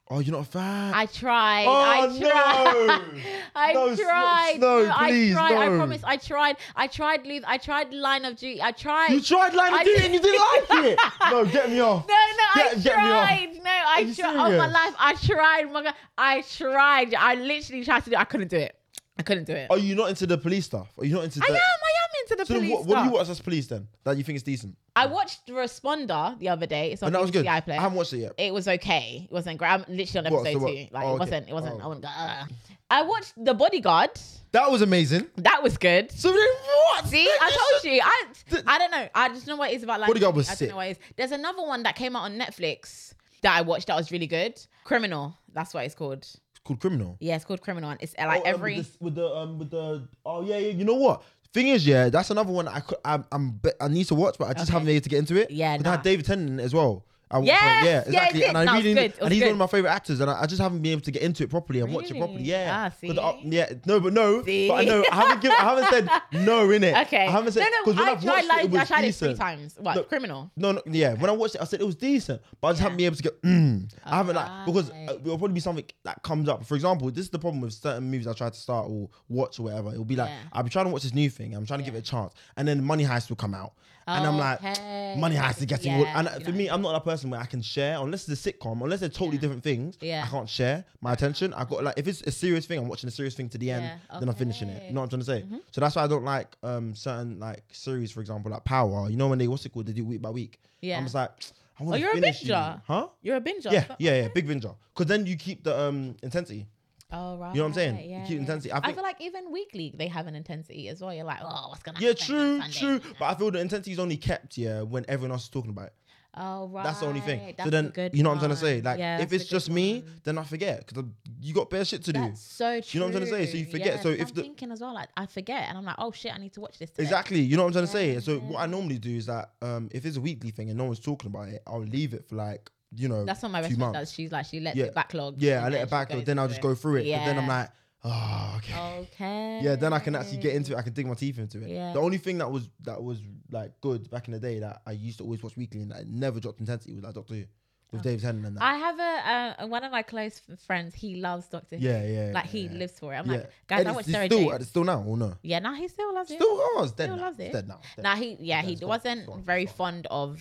Speaker 2: Oh, you're not a fan.
Speaker 1: I tried.
Speaker 2: Oh,
Speaker 1: I tried.
Speaker 2: no.
Speaker 1: I
Speaker 2: No, s-
Speaker 1: tried.
Speaker 2: no,
Speaker 1: dude,
Speaker 2: please,
Speaker 1: I tried.
Speaker 2: no.
Speaker 1: I promise. I tried. I tried. Luth- I tried Line of Duty. I tried.
Speaker 2: you tried Line of
Speaker 1: I-
Speaker 2: Duty and you didn't like it. No, get me off.
Speaker 1: no, no,
Speaker 2: Get- get me off.
Speaker 1: I tried. No, I
Speaker 2: you
Speaker 1: tried. Oh my
Speaker 2: serious?
Speaker 1: life, I tried. My God, I tried. I literally tried to do. it. I couldn't do it. I couldn't do it.
Speaker 2: Are you not into the police stuff? Are you not into?
Speaker 1: I
Speaker 2: the...
Speaker 1: am. I am into the
Speaker 2: Oh, So then
Speaker 1: police
Speaker 2: what, what do you
Speaker 1: stuff.
Speaker 2: watch as police then that you think is decent?
Speaker 1: I watched The Responder the other day. It's on
Speaker 2: And that was good.
Speaker 1: BBC
Speaker 2: I
Speaker 1: iPlayer.
Speaker 2: haven't watched it yet.
Speaker 1: it was okay. It wasn't great. I'm literally on
Speaker 2: What, so
Speaker 1: episode
Speaker 2: what?
Speaker 1: two. Like
Speaker 2: Oh,
Speaker 1: it
Speaker 2: okay.
Speaker 1: wasn't. It wasn't.
Speaker 2: Oh.
Speaker 1: I wouldn't go. "Ugh." I watched The Bodyguard.
Speaker 2: That was amazing.
Speaker 1: That was good.
Speaker 2: So then what?
Speaker 1: See,
Speaker 2: Then you
Speaker 1: I
Speaker 2: should-
Speaker 1: told you. I
Speaker 2: Th-
Speaker 1: I don't know. I just know what it is about. Like,
Speaker 2: Bodyguard was
Speaker 1: I
Speaker 2: sick.
Speaker 1: don't know what it is. There's another one that came out on Netflix that I watched that was really good. Criminal. That's what it's called.
Speaker 2: It's called criminal.
Speaker 1: Yeah, it's called Criminal. And it's uh, like
Speaker 2: Oh, um,
Speaker 1: every.
Speaker 2: with the, with the um with the oh yeah yeah you know what thing is yeah that's another one I could I'm, I'm be- I need to watch but I just
Speaker 1: Okay.
Speaker 2: haven't been able to get into it.
Speaker 1: Yeah,
Speaker 2: but
Speaker 1: nah.
Speaker 2: I had David Tennant in it as well. I watched
Speaker 1: Yes,
Speaker 2: it.
Speaker 1: yeah,
Speaker 2: yeah,
Speaker 1: it
Speaker 2: exactly.
Speaker 1: did.
Speaker 2: and I
Speaker 1: No, it was
Speaker 2: really
Speaker 1: good. It was
Speaker 2: and he's
Speaker 1: good.
Speaker 2: one of my favorite actors and I, I just haven't been able to get into it properly and watch it properly.
Speaker 1: Really?
Speaker 2: Yeah,
Speaker 1: Ah,
Speaker 2: But the- uh,
Speaker 1: see?
Speaker 2: yeah no but no
Speaker 1: See?
Speaker 2: but I know I haven't given, I haven't said no in it.
Speaker 1: Okay.
Speaker 2: I haven't said
Speaker 1: no,
Speaker 2: 'cause
Speaker 1: no.
Speaker 2: when
Speaker 1: I
Speaker 2: I've watched
Speaker 1: tried.
Speaker 2: it,
Speaker 1: Like, I
Speaker 2: was
Speaker 1: tried it
Speaker 2: decent.
Speaker 1: three times. What?
Speaker 2: No.
Speaker 1: Criminal.
Speaker 2: No, no, yeah. When I watched it, I said it was decent, but I just haven't been able to get. Mm. I haven't like because uh,
Speaker 1: Alright.
Speaker 2: there'll probably be something that comes up. For example, this is the problem with certain movies I try to start or watch or whatever. It'll be like
Speaker 1: Yeah.
Speaker 2: I'll be trying to watch this new thing. I'm trying to give it a chance, and then Money Heist will come out, and I'm like,
Speaker 1: Okay.
Speaker 2: Money Heist is getting. all
Speaker 1: Yeah,
Speaker 2: And uh,
Speaker 1: you
Speaker 2: for
Speaker 1: know.
Speaker 2: me, I'm not that person where I can share unless it's a sitcom, unless they're totally different things.
Speaker 1: Yeah.
Speaker 2: I can't share my attention. I got like if it's a serious thing, I'm watching a serious thing to the end,
Speaker 1: Yeah,
Speaker 2: then I'm finishing it.
Speaker 1: okay.
Speaker 2: You know what I'm trying to say?
Speaker 1: Mm-hmm.
Speaker 2: So that's why I don't like um certain like series, for example, like Power. You know when they what's it called? They do week by week.
Speaker 1: Yeah. Oh,
Speaker 2: I'm just like, I want to
Speaker 1: you're a
Speaker 2: finish you.
Speaker 1: binger.
Speaker 2: huh?
Speaker 1: You're a binger.
Speaker 2: Yeah, yeah, yeah, big binger. Because then you keep the um intensity.
Speaker 1: Oh right.
Speaker 2: You know what I'm saying? You
Speaker 1: Yeah,
Speaker 2: keep
Speaker 1: yeah.
Speaker 2: intensity. I
Speaker 1: I,
Speaker 2: think-
Speaker 1: feel like even weekly they have an intensity as well. You're like, oh, what's gonna
Speaker 2: Yeah,
Speaker 1: happen? on
Speaker 2: true,
Speaker 1: Sunday?"
Speaker 2: true. But I feel the intensity is only kept, yeah, when everyone else is talking about it.
Speaker 1: Oh right.
Speaker 2: That's the only thing.
Speaker 1: That's
Speaker 2: so
Speaker 1: a
Speaker 2: then,
Speaker 1: good
Speaker 2: you know what I'm trying to
Speaker 1: one.
Speaker 2: say? Like,
Speaker 1: Yeah,
Speaker 2: if
Speaker 1: that's a
Speaker 2: it's
Speaker 1: good
Speaker 2: just me,
Speaker 1: one.
Speaker 2: then I forget because you got bare shit to do.
Speaker 1: That's so true.
Speaker 2: You know what I'm trying to say? So you
Speaker 1: true.
Speaker 2: forget.
Speaker 1: Yeah,
Speaker 2: so
Speaker 1: I'm
Speaker 2: if the
Speaker 1: thinking as well, like I forget, and I'm like, oh shit, I need to watch this. Today.
Speaker 2: Exactly. You know what I'm trying to say? So what I normally do is that um if it's a weekly thing and no one's talking about it, I'll leave it for like, you know,
Speaker 1: That's what my
Speaker 2: two
Speaker 1: best friend
Speaker 2: months.
Speaker 1: does. She's like, she lets
Speaker 2: Yeah.
Speaker 1: it backlog.
Speaker 2: Yeah, I
Speaker 1: and
Speaker 2: let it
Speaker 1: she
Speaker 2: back,
Speaker 1: goes
Speaker 2: but then I'll just go through it. But then I'm
Speaker 1: Yeah.
Speaker 2: like, oh, okay.
Speaker 1: Okay.
Speaker 2: Yeah, then I can actually get into it. I can dig my teeth into it.
Speaker 1: Yeah.
Speaker 2: The only thing that was that was like good back in the day that I used to always watch weekly and I never dropped intensity was like Doctor Who with Dave Tennant and that.
Speaker 1: Oh. I have a uh, one of my close f- friends. He loves Doctor Who.
Speaker 2: Yeah, yeah,
Speaker 1: Like
Speaker 2: yeah,
Speaker 1: he
Speaker 2: yeah.
Speaker 1: lives for it. I'm
Speaker 2: yeah.
Speaker 1: like, guys,
Speaker 2: And
Speaker 1: I
Speaker 2: it's-
Speaker 1: watched
Speaker 2: it's
Speaker 1: Sarah
Speaker 2: still,
Speaker 1: Jane.
Speaker 2: it's still now or no?
Speaker 1: Yeah, now he still loves it.
Speaker 2: Still, oh, it's dead
Speaker 1: Still
Speaker 2: now.
Speaker 1: loves
Speaker 2: It's
Speaker 1: it.
Speaker 2: dead now. It's dead
Speaker 1: Nah,
Speaker 2: now.
Speaker 1: he yeah
Speaker 2: Yeah,
Speaker 1: he
Speaker 2: it's gone.
Speaker 1: wasn't
Speaker 2: It's gone.
Speaker 1: very
Speaker 2: It's gone.
Speaker 1: fond of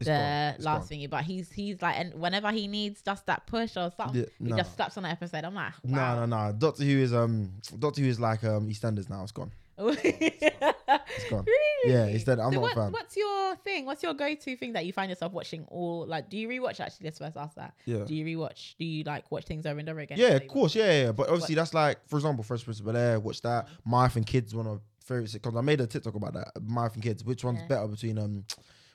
Speaker 2: It's
Speaker 1: the
Speaker 2: gone. It's
Speaker 1: last
Speaker 2: gone.
Speaker 1: thingy, but he's he's like, and whenever he needs just that push or something,
Speaker 2: Yeah,
Speaker 1: he
Speaker 2: nah.
Speaker 1: just slaps on an episode. I'm like, wow.
Speaker 2: No, no, no. Doctor Who is um Doctor Who is like um EastEnders now. It's gone. gone.
Speaker 1: really?
Speaker 2: Yeah, it's dead. I'm
Speaker 1: so
Speaker 2: not a
Speaker 1: what-
Speaker 2: fan.
Speaker 1: What's your thing? What's your go-to thing that you find yourself watching all? Like, do you rewatch? Actually, let's first ask that.
Speaker 2: Yeah.
Speaker 1: Do you rewatch? Do you like watch things over and over again?
Speaker 2: Yeah,
Speaker 1: So
Speaker 2: of
Speaker 1: you-
Speaker 2: course. Yeah, yeah. yeah. But obviously, that's like, for example, Fresh Prince of Bel Air. Watch that. My and Kids, one of my favorite sitcoms. I made a TikTok about that. My and Kids. Which one's better between um,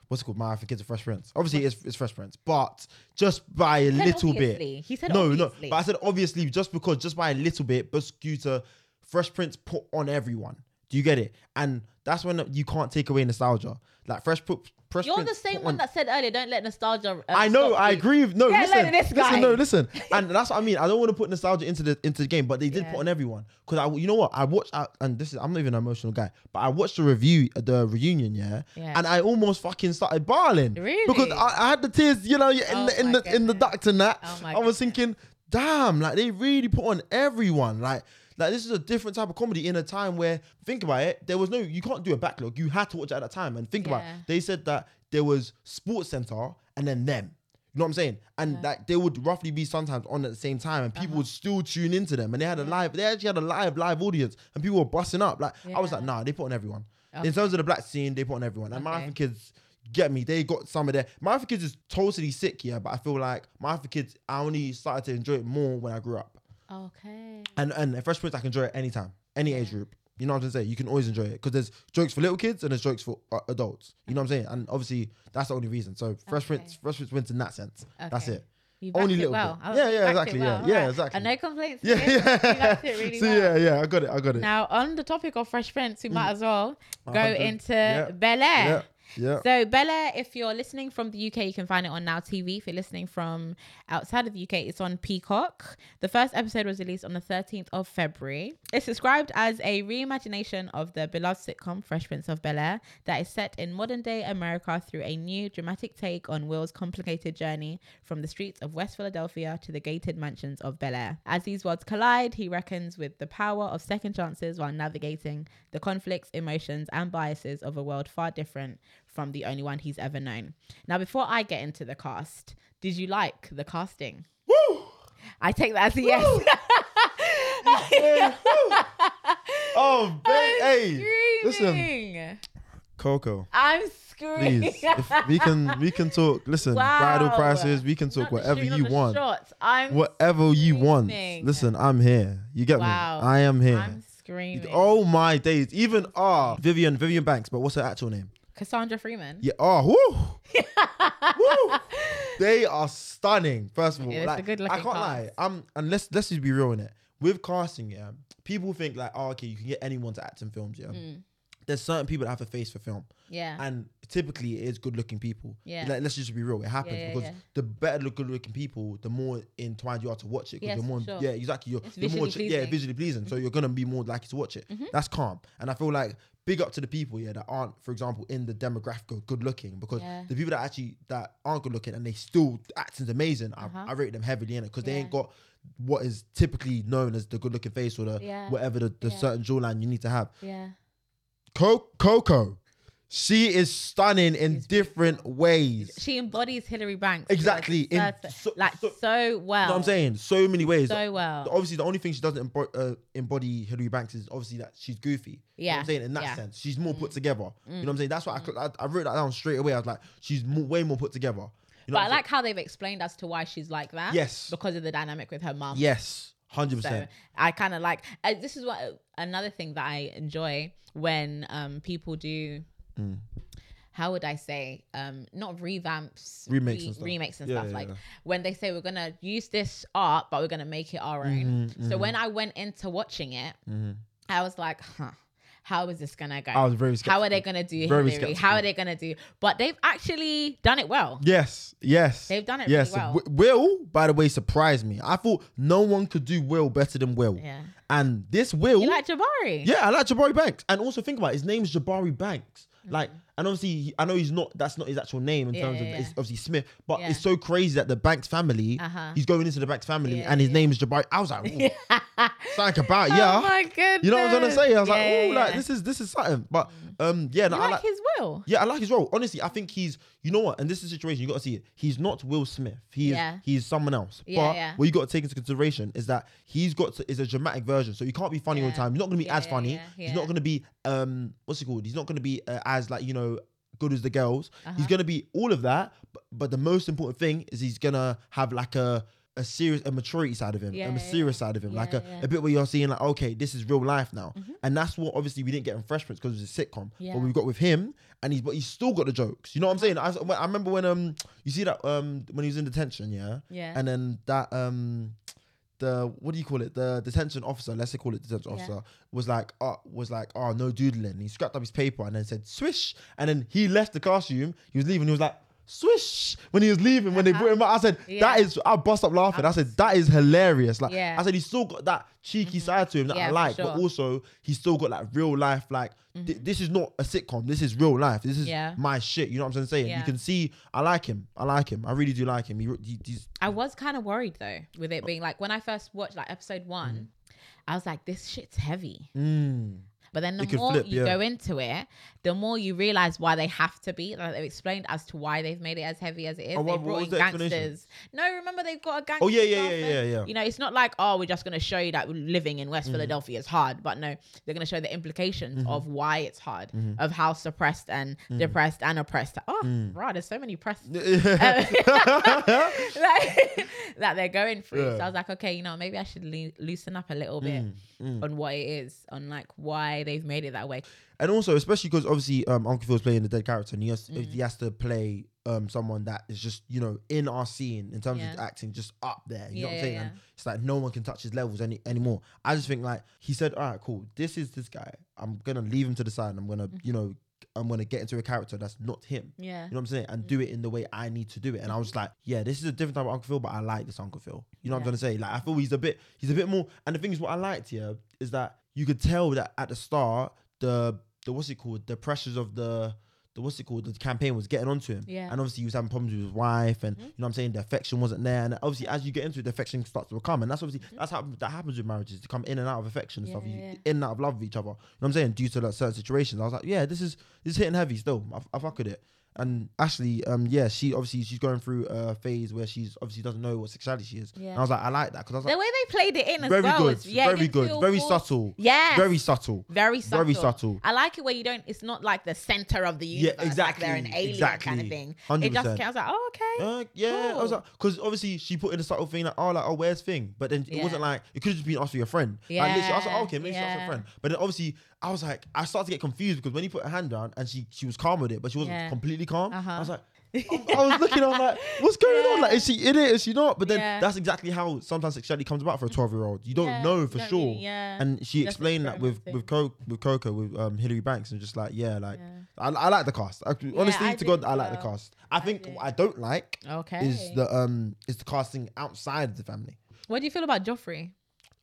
Speaker 2: what's it called? My and Kids or Fresh Prince? Obviously, it's, it's Fresh Prince, but just by a
Speaker 1: said
Speaker 2: little
Speaker 1: obviously.
Speaker 2: bit.
Speaker 1: He said
Speaker 2: no,
Speaker 1: obviously.
Speaker 2: no. But I said obviously just because just by a little bit, but due to Fresh Prince put on everyone. Do you get it? And that's when you can't take away nostalgia. Like Fresh, Pr- Fresh
Speaker 1: You're
Speaker 2: Prince.
Speaker 1: the same
Speaker 2: put
Speaker 1: one
Speaker 2: on-
Speaker 1: that said earlier, don't let nostalgia. uh,
Speaker 2: I know,
Speaker 1: stop
Speaker 2: I
Speaker 1: you."
Speaker 2: agree. with- No,
Speaker 1: Yeah,
Speaker 2: listen,
Speaker 1: look at this guy.
Speaker 2: listen, no, listen, and that's what I mean. I don't want to put nostalgia into the into the game, but they did put on everyone because I, you know what, I watched, I, and this is, I'm not even an emotional guy, but I watched the review, the reunion, yeah,
Speaker 1: Yeah.
Speaker 2: and I almost fucking started bawling,
Speaker 1: Really?
Speaker 2: because I, I had the tears, you know, in
Speaker 1: Oh
Speaker 2: the in
Speaker 1: my
Speaker 2: the in the
Speaker 1: goodness.
Speaker 2: duct and that.
Speaker 1: Oh my
Speaker 2: I was thinking, damn, like they really put on everyone, like. Like this is a different type of comedy in a time where think about it, there was no you can't do a backlog. You had to watch it at that time and think about
Speaker 1: Yeah.
Speaker 2: it. They said that there was Sports Center and then them. You know what I'm saying? And like they would roughly be sometimes on at the same time and people
Speaker 1: Uh-huh.
Speaker 2: would still tune into them. And they had a live, they actually had a live, live audience and people were busting up. Like I was
Speaker 1: Yeah.
Speaker 2: like, nah, they put on everyone.
Speaker 1: Okay.
Speaker 2: In terms of the black scene, they put on everyone. And
Speaker 1: Okay.
Speaker 2: Marathon Kids get me. They got some of their Marathon Kids is totally sick, yeah. But I feel like Marathon Kids, I only started to enjoy it more when I grew up.
Speaker 1: Okay.
Speaker 2: And and Fresh Prince, I can enjoy it anytime, any age group. You know what I'm saying? You can always enjoy it because there's jokes for little kids and there's jokes for uh, adults. You know what I'm saying? And obviously that's the only reason. So Fresh Prince, Fresh Prince wins in that sense. That's
Speaker 1: Okay.
Speaker 2: it.
Speaker 1: You backed
Speaker 2: Only
Speaker 1: it
Speaker 2: little
Speaker 1: well.
Speaker 2: bit.
Speaker 1: I was-
Speaker 2: Yeah,
Speaker 1: you
Speaker 2: yeah,
Speaker 1: backed it
Speaker 2: exactly. Yeah,
Speaker 1: well.
Speaker 2: yeah,
Speaker 1: Alright.
Speaker 2: exactly.
Speaker 1: And no complaints.
Speaker 2: Yeah,
Speaker 1: Yeah, You backed it really
Speaker 2: so
Speaker 1: well.
Speaker 2: yeah, yeah, I got it, I got it.
Speaker 1: Now, on the topic of Fresh Prince, we might as well go
Speaker 2: 100.
Speaker 1: into
Speaker 2: Yeah.
Speaker 1: Bel Air.
Speaker 2: yeah, yeah.
Speaker 1: So Bel Air, if you're listening from the UK, you can find it on Now TV. If you're listening from outside of the UK, it's on Peacock. The first episode was released on the 13th of February. It's described as a reimagination of the beloved sitcom Fresh Prince of Bel Air that is set in modern day America through a new dramatic take on Will's complicated journey from the streets of West Philadelphia to the gated mansions of Bel Air. As these worlds collide, he reckons with the power of second chances while navigating the conflicts, emotions, and biases of a world far different from the only one he's ever known. Now, before I get into the cast, did you like the casting? Woo! I take that as a yes.
Speaker 2: Oh, ba- hey, listen,
Speaker 1: Screaming.
Speaker 2: Coco.
Speaker 1: I'm screaming.
Speaker 2: Please, if we can we can talk. Listen, bridal
Speaker 1: Wow.
Speaker 2: prices. We can talk
Speaker 1: Not the
Speaker 2: whatever
Speaker 1: shoe, not
Speaker 2: you
Speaker 1: the
Speaker 2: want,
Speaker 1: Shots. I'm
Speaker 2: whatever you want.
Speaker 1: screaming.
Speaker 2: Listen, I'm here. You get
Speaker 1: Wow.
Speaker 2: me. I am here.
Speaker 1: I'm screaming.
Speaker 2: Oh my days! Even ah, Vivian, Vivian Banks, but what's her actual name?
Speaker 1: Cassandra Freeman.
Speaker 2: Yeah, oh, woo, woo. They are stunning. First of all,
Speaker 1: Yeah, it's a
Speaker 2: like,
Speaker 1: good-looking
Speaker 2: I can't
Speaker 1: cast.
Speaker 2: lie. I'm and let's let's just be real in it. With casting, yeah, people think like, oh, okay, you can get anyone to act in films. Yeah,
Speaker 1: Mm.
Speaker 2: there's certain people that have a face for film.
Speaker 1: Yeah.
Speaker 2: and typically it is good looking people.
Speaker 1: Yeah.
Speaker 2: Like, let's just be real, it happens
Speaker 1: yeah,
Speaker 2: because
Speaker 1: yeah.
Speaker 2: the better look good looking people, the more entwined you are to watch it. 'cause
Speaker 1: Yes,
Speaker 2: you're more,
Speaker 1: sure.
Speaker 2: yeah, exactly. You're,
Speaker 1: It's
Speaker 2: you're more,
Speaker 1: visually
Speaker 2: yeah,
Speaker 1: pleasing. Mm-hmm.
Speaker 2: visually pleasing. So you're gonna be more likely to watch it. That's calm, and I feel like big up to the people yeah that aren't, for example, in the demographic of good looking because
Speaker 1: Yeah.
Speaker 2: the people that actually that aren't good looking and they still acting amazing,
Speaker 1: Uh-huh.
Speaker 2: I, I rate them heavily in it because they
Speaker 1: Yeah.
Speaker 2: ain't got what is typically known as the good looking face or the
Speaker 1: Yeah.
Speaker 2: whatever the, the
Speaker 1: Yeah.
Speaker 2: certain jawline you need to have.
Speaker 1: yeah.
Speaker 2: Co- Coco, she is stunning in different ways.
Speaker 1: She embodies Hillary Banks. to a
Speaker 2: Exactly, in
Speaker 1: certain-
Speaker 2: so-
Speaker 1: like so,
Speaker 2: so-
Speaker 1: well.
Speaker 2: You know what I'm saying? So many ways.
Speaker 1: So well.
Speaker 2: Obviously, the only thing she doesn't embo- uh, embody Hillary Banks is obviously that she's goofy. You know what
Speaker 1: Yeah,
Speaker 2: I'm saying? In that
Speaker 1: yeah. Mm.
Speaker 2: sense, she's more put together. You know what I'm saying? That's why I cl- I, I wrote that down straight away. I was like, she's more, way more put together. You know
Speaker 1: But
Speaker 2: what
Speaker 1: I
Speaker 2: I'm
Speaker 1: like how they've explained as to why she's like that.
Speaker 2: Yes.
Speaker 1: Because of the dynamic with her mom.
Speaker 2: saying? Yes, 100%.
Speaker 1: So I kind of like uh, this is what another thing that I enjoy when um people do.
Speaker 2: Mm.
Speaker 1: How would I say? Um, not revamps,
Speaker 2: Remakes and stuff.
Speaker 1: remakes and
Speaker 2: Yeah,
Speaker 1: stuff.
Speaker 2: yeah,
Speaker 1: like
Speaker 2: yeah.
Speaker 1: when they say we're gonna use this art, but we're gonna make it our own.
Speaker 2: Mm-hmm,
Speaker 1: So when I went into watching it, I was like, huh, how is this gonna go?
Speaker 2: I was very
Speaker 1: how are they
Speaker 2: skeptical.
Speaker 1: gonna do
Speaker 2: Very
Speaker 1: Hillary? How
Speaker 2: skeptical.
Speaker 1: are they gonna do? But they've actually done it well.
Speaker 2: Yes, yes.
Speaker 1: They've done it
Speaker 2: Yes.
Speaker 1: really well.
Speaker 2: Wi- Will, by the way, surprised me. I thought no one could do Will better than Will.
Speaker 1: Yeah.
Speaker 2: And this Will.
Speaker 1: You like Jabari?
Speaker 2: Yeah, I like Jabari Banks. And also think about it, his name's Jabari Banks. Like, and obviously, he- I know he's not. That's not his actual name in
Speaker 1: Mm. Yeah,
Speaker 2: terms
Speaker 1: yeah,
Speaker 2: of
Speaker 1: yeah.
Speaker 2: it's obviously Smith. But
Speaker 1: Yeah.
Speaker 2: it's so crazy that the Banks family,
Speaker 1: Uh-huh.
Speaker 2: he's going into the Banks family,
Speaker 1: Yeah,
Speaker 2: and his name's Jabari. I was like, ooh, something about yeah.
Speaker 1: Oh my goodness.
Speaker 2: you know what I'm trying to say? I was like,
Speaker 1: Yeah,
Speaker 2: oh,
Speaker 1: yeah,
Speaker 2: like
Speaker 1: yeah.
Speaker 2: this is this is something. But um, yeah, no,
Speaker 1: You
Speaker 2: I
Speaker 1: like,
Speaker 2: like.
Speaker 1: his will.
Speaker 2: yeah, I like his role. Honestly, I think he's, you know what, and this is a situation you got to see it. He's not Will Smith. He is,
Speaker 1: Yeah.
Speaker 2: he's someone else.
Speaker 1: Yeah,
Speaker 2: but
Speaker 1: yeah.
Speaker 2: what you got to take into consideration is that he's got to is a dramatic version, so he can't be funny all the
Speaker 1: Yeah.
Speaker 2: time. He's not going to be
Speaker 1: Yeah,
Speaker 2: as
Speaker 1: yeah,
Speaker 2: funny.
Speaker 1: yeah,
Speaker 2: He's
Speaker 1: yeah.
Speaker 2: not going to be um, what's it called? He's not going to be uh, as like you know good as the girls.
Speaker 1: Uh-huh.
Speaker 2: He's going to be all of that, but, but the most important thing is he's going to have like a a serious a maturity side of him,
Speaker 1: Yeah,
Speaker 2: a
Speaker 1: yeah,
Speaker 2: serious side of him, like
Speaker 1: Yeah,
Speaker 2: a,
Speaker 1: yeah.
Speaker 2: a bit where you're seeing like okay, this is real life now, and that's what obviously we didn't get in Fresh Prince because it was a sitcom,
Speaker 1: Mm-hmm. Yeah.
Speaker 2: but we got with him and he's but he's still got the jokes. You know what I'm saying? I, when- I remember when um you see that um when he was in detention, yeah,
Speaker 1: Yeah.
Speaker 2: and then that um the what do you call it? The detention officer, let's say call it detention
Speaker 1: Yeah.
Speaker 2: officer, was like, uh, was like, oh no doodling. He scrapped up his paper and then said swish, and then he left the classroom. He was leaving. He was like. Swish when he was leaving when they brought him out. I said
Speaker 1: Uh-huh. Yeah.
Speaker 2: that is I bust up laughing. I said that is hilarious. Like
Speaker 1: Yeah. Mm-hmm.
Speaker 2: I said he's still got that cheeky side to him that
Speaker 1: Yeah,
Speaker 2: I
Speaker 1: for
Speaker 2: like, but
Speaker 1: sure. Mm-hmm.
Speaker 2: also he's still got like real life. Like thi- this is not a sitcom. This is real life. This is
Speaker 1: Yeah.
Speaker 2: my shit. You know what I'm saying?
Speaker 1: Yeah.
Speaker 2: You can see I like him. I like him. I really do like him. He, re- he- he's
Speaker 1: I was kind of worried though with it being like when I first watched like episode one. I was like, this shit's heavy.
Speaker 2: Mm.
Speaker 1: But then the
Speaker 2: It could
Speaker 1: more
Speaker 2: flip,
Speaker 1: you
Speaker 2: yeah.
Speaker 1: go into it, the more you realize why they have to be. Like they've explained as to why they've made it as heavy as it is.
Speaker 2: Oh, what-
Speaker 1: they
Speaker 2: what
Speaker 1: brought
Speaker 2: was
Speaker 1: in
Speaker 2: the explanation?
Speaker 1: gangsters. No, remember they've got a gangster.
Speaker 2: Oh yeah, yeah, yeah,
Speaker 1: stuff
Speaker 2: yeah,
Speaker 1: and-
Speaker 2: yeah. Mm-hmm.
Speaker 1: You know, it's not like oh, we're just gonna show you that living in West Philadelphia is hard. But no, they're gonna show the implications of why it's hard,
Speaker 2: Mm-hmm.
Speaker 1: of how suppressed and
Speaker 2: Mm.
Speaker 1: depressed and oppressed. Oh, right, there's so many pressed uh, like, that they're going through. So I
Speaker 2: Yeah. Mm,
Speaker 1: was like, okay, you know, maybe I should loo- loosen up a little bit on what it is, on like why they've made it that way.
Speaker 2: and also especially because obviously um, Uncle Phil's playing the dead character, and he has
Speaker 1: Mm.
Speaker 2: if he has to play um someone that is just you know in our scene in terms of
Speaker 1: Yeah.
Speaker 2: acting, just up there. You know
Speaker 1: Yeah,
Speaker 2: what I'm
Speaker 1: yeah,
Speaker 2: saying? And it's like no one can touch his levels any anymore. I just think like he said, all right, cool. This is this guy. I'm gonna leave him to the side. And I'm gonna
Speaker 1: Mm-hmm.
Speaker 2: you know I'm gonna get into a character that's not him.
Speaker 1: Yeah.
Speaker 2: You know what I'm saying? And do it in the way I need to do it. And I was like, yeah, this is a different type of Uncle Phil, but I like this Uncle Phil. You know what I'm trying to say? Like I feel he's a bit he's a bit more and the thing is what I liked here is that you could tell that at the start the the what's it called? The pressures of the the what's it called? The campaign was getting onto him.
Speaker 1: Yeah. Mm-hmm.
Speaker 2: And obviously he was having problems with his wife and you know what I'm saying the affection wasn't there. And obviously as you get into it, the affection starts to come. And that's obviously that's how that happens with marriages. To come in and out of affection and stuff.
Speaker 1: Mm-hmm. Yeah,
Speaker 2: You-
Speaker 1: yeah.
Speaker 2: In and out of love with each other. You know what I'm saying? Due to like certain situations. I was like, yeah, this is this is hitting heavy still. I, I fuck with it. And Ashley, um, yeah, she obviously she's going through a phase where she's obviously doesn't know what sexuality she is.
Speaker 1: Yeah.
Speaker 2: And I was like, I like that because I was
Speaker 1: The
Speaker 2: like,
Speaker 1: way they played it in as
Speaker 2: very
Speaker 1: well
Speaker 2: good,
Speaker 1: was yeah, it
Speaker 2: very
Speaker 1: didn't
Speaker 2: good,
Speaker 1: feel
Speaker 2: very
Speaker 1: forced.
Speaker 2: subtle,
Speaker 1: Yes.
Speaker 2: very subtle,
Speaker 1: Very subtle.
Speaker 2: very subtle.
Speaker 1: I like it where you don't. It's not like the center of the
Speaker 2: Yeah,
Speaker 1: universe. Like they're an
Speaker 2: exactly,
Speaker 1: alien kind of
Speaker 2: exactly.
Speaker 1: thing. It just.
Speaker 2: 100%.
Speaker 1: I was like, oh okay.
Speaker 2: Uh, yeah, I was
Speaker 1: Cool.
Speaker 2: like, because obviously she put in a subtle thing like, oh, like, oh, where's thing? But then it
Speaker 1: Yeah.
Speaker 2: wasn't like it could have just been asked for your friend. Yeah, like, literally, I was like,
Speaker 1: Yeah,
Speaker 2: oh, okay, maybe she asked for
Speaker 1: yeah.
Speaker 2: a friend. But then obviously, I was like, I started to get confused because when he put her hand down and she she was calm with it, but she wasn't
Speaker 1: Yeah.
Speaker 2: completely calm.
Speaker 1: Uh-huh.
Speaker 2: I was like. I'm- I was looking. I'm like, what's going on? Like, is she in it? Is she not? But then
Speaker 1: Yeah.
Speaker 2: that's exactly how sometimes sexuality comes about for a 12 year old. You don't
Speaker 1: Yeah,
Speaker 2: know
Speaker 1: you
Speaker 2: for
Speaker 1: don't
Speaker 2: sure.
Speaker 1: really- yeah.
Speaker 2: And she
Speaker 1: That's
Speaker 2: explained that with with Co- with Coco with um Hillary Banks and just like yeah, like I, I like the cast. I, honestly,
Speaker 1: I
Speaker 2: to
Speaker 1: do
Speaker 2: God,
Speaker 1: as
Speaker 2: I like the
Speaker 1: well.
Speaker 2: cast. I think what I don't like
Speaker 1: Okay.
Speaker 2: is the um is the casting outside of the family.
Speaker 1: What do you feel about Joffrey?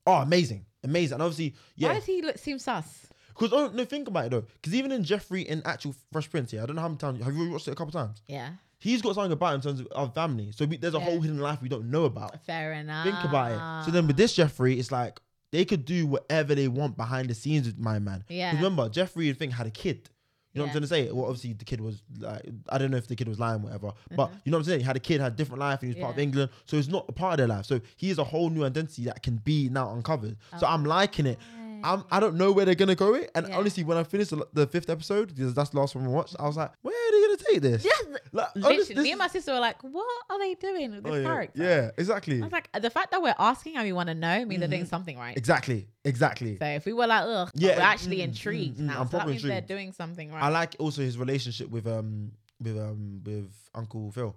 Speaker 2: Oh, amazing, amazing, and obviously,
Speaker 1: Why
Speaker 2: yeah.
Speaker 1: does he look seem sus?
Speaker 2: Because oh no, think about it though. Because even in Jeffrey in actual Fresh Prince, yeah, I don't know how many times have you watched it a couple times.
Speaker 1: Yeah.
Speaker 2: He's got something about in terms of our family. So we, there's a
Speaker 1: Yeah.
Speaker 2: whole hidden life we don't know about.
Speaker 1: Fair enough.
Speaker 2: Think about it.
Speaker 1: Ah.
Speaker 2: So then with this Jeffrey, it's like they could do whatever they want behind the scenes with my man. 'Cause
Speaker 1: Yeah.
Speaker 2: Remember, Jeffrey and Thing had a kid. You
Speaker 1: Yeah.
Speaker 2: know what I'm trying to say? Well, obviously the kid was like I don't know if the kid was lying, whatever. But you know what I'm saying? He had a kid, had a different life, and he was part of
Speaker 1: Mm-hmm. Yeah.
Speaker 2: England. So it's not a part of their life. So he is a whole new identity that can be now uncovered. So I'm liking it. I'm I don't know where they're gonna go it. And
Speaker 1: Yeah.
Speaker 2: honestly, when I finished the, the fifth episode, because that's the last one we watched, I was like, where are they gonna take this?
Speaker 1: Yeah,
Speaker 2: Like,
Speaker 1: Literally,
Speaker 2: honest- this
Speaker 1: me and my
Speaker 2: is-
Speaker 1: sister were like, "What are they doing with this
Speaker 2: Oh, yeah.
Speaker 1: character?"
Speaker 2: Yeah, exactly.
Speaker 1: I was like, the fact that we're asking and we want to know means they're doing something right.
Speaker 2: Exactly. Exactly.
Speaker 1: So if we were like, "Ugh,"
Speaker 2: Mm-hmm. Yeah,
Speaker 1: we're actually
Speaker 2: mm, mm,
Speaker 1: intrigued
Speaker 2: mm,
Speaker 1: now.
Speaker 2: I'm
Speaker 1: so that
Speaker 2: proper
Speaker 1: means they're
Speaker 2: intrigued.
Speaker 1: doing something right.
Speaker 2: I like also his relationship with um with um with Uncle Phil.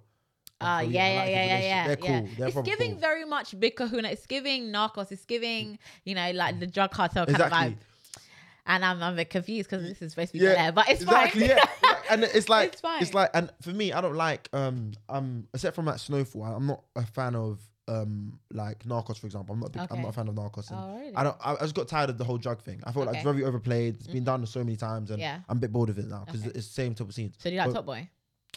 Speaker 1: Ah,
Speaker 2: Uncle Lee.
Speaker 1: yeah,
Speaker 2: I
Speaker 1: yeah,
Speaker 2: like his
Speaker 1: yeah, yeah, yeah.
Speaker 2: relationship.
Speaker 1: yeah.
Speaker 2: They're cool. They're
Speaker 1: it's
Speaker 2: proper
Speaker 1: giving
Speaker 2: cool.
Speaker 1: very much Big Kahuna. It's giving Narcos. It's giving you know like the drug cartel kind of
Speaker 2: Exactly.
Speaker 1: vibe. And I'm, I'm a bit confused because this is supposed to be
Speaker 2: yeah,
Speaker 1: there, but it's
Speaker 2: exactly,
Speaker 1: fine.
Speaker 2: yeah. Like, And it's like
Speaker 1: It's fine.
Speaker 2: it's, like and for me, I don't like um um except from that Snowfall. I- I'm not a fan of um like Narcos, for example. I'm not a big,
Speaker 1: Okay.
Speaker 2: I'm not a fan of Narcos. and
Speaker 1: Oh, really?
Speaker 2: I don't. I, I just got tired of the whole drug thing. I felt like it's
Speaker 1: Okay. Mm-hmm.
Speaker 2: very overplayed. It's been done so many times, and
Speaker 1: Yeah.
Speaker 2: I'm a bit bored of it now because
Speaker 1: Okay.
Speaker 2: it's the same type of scenes.
Speaker 1: so do you like
Speaker 2: But-
Speaker 1: Top Boy?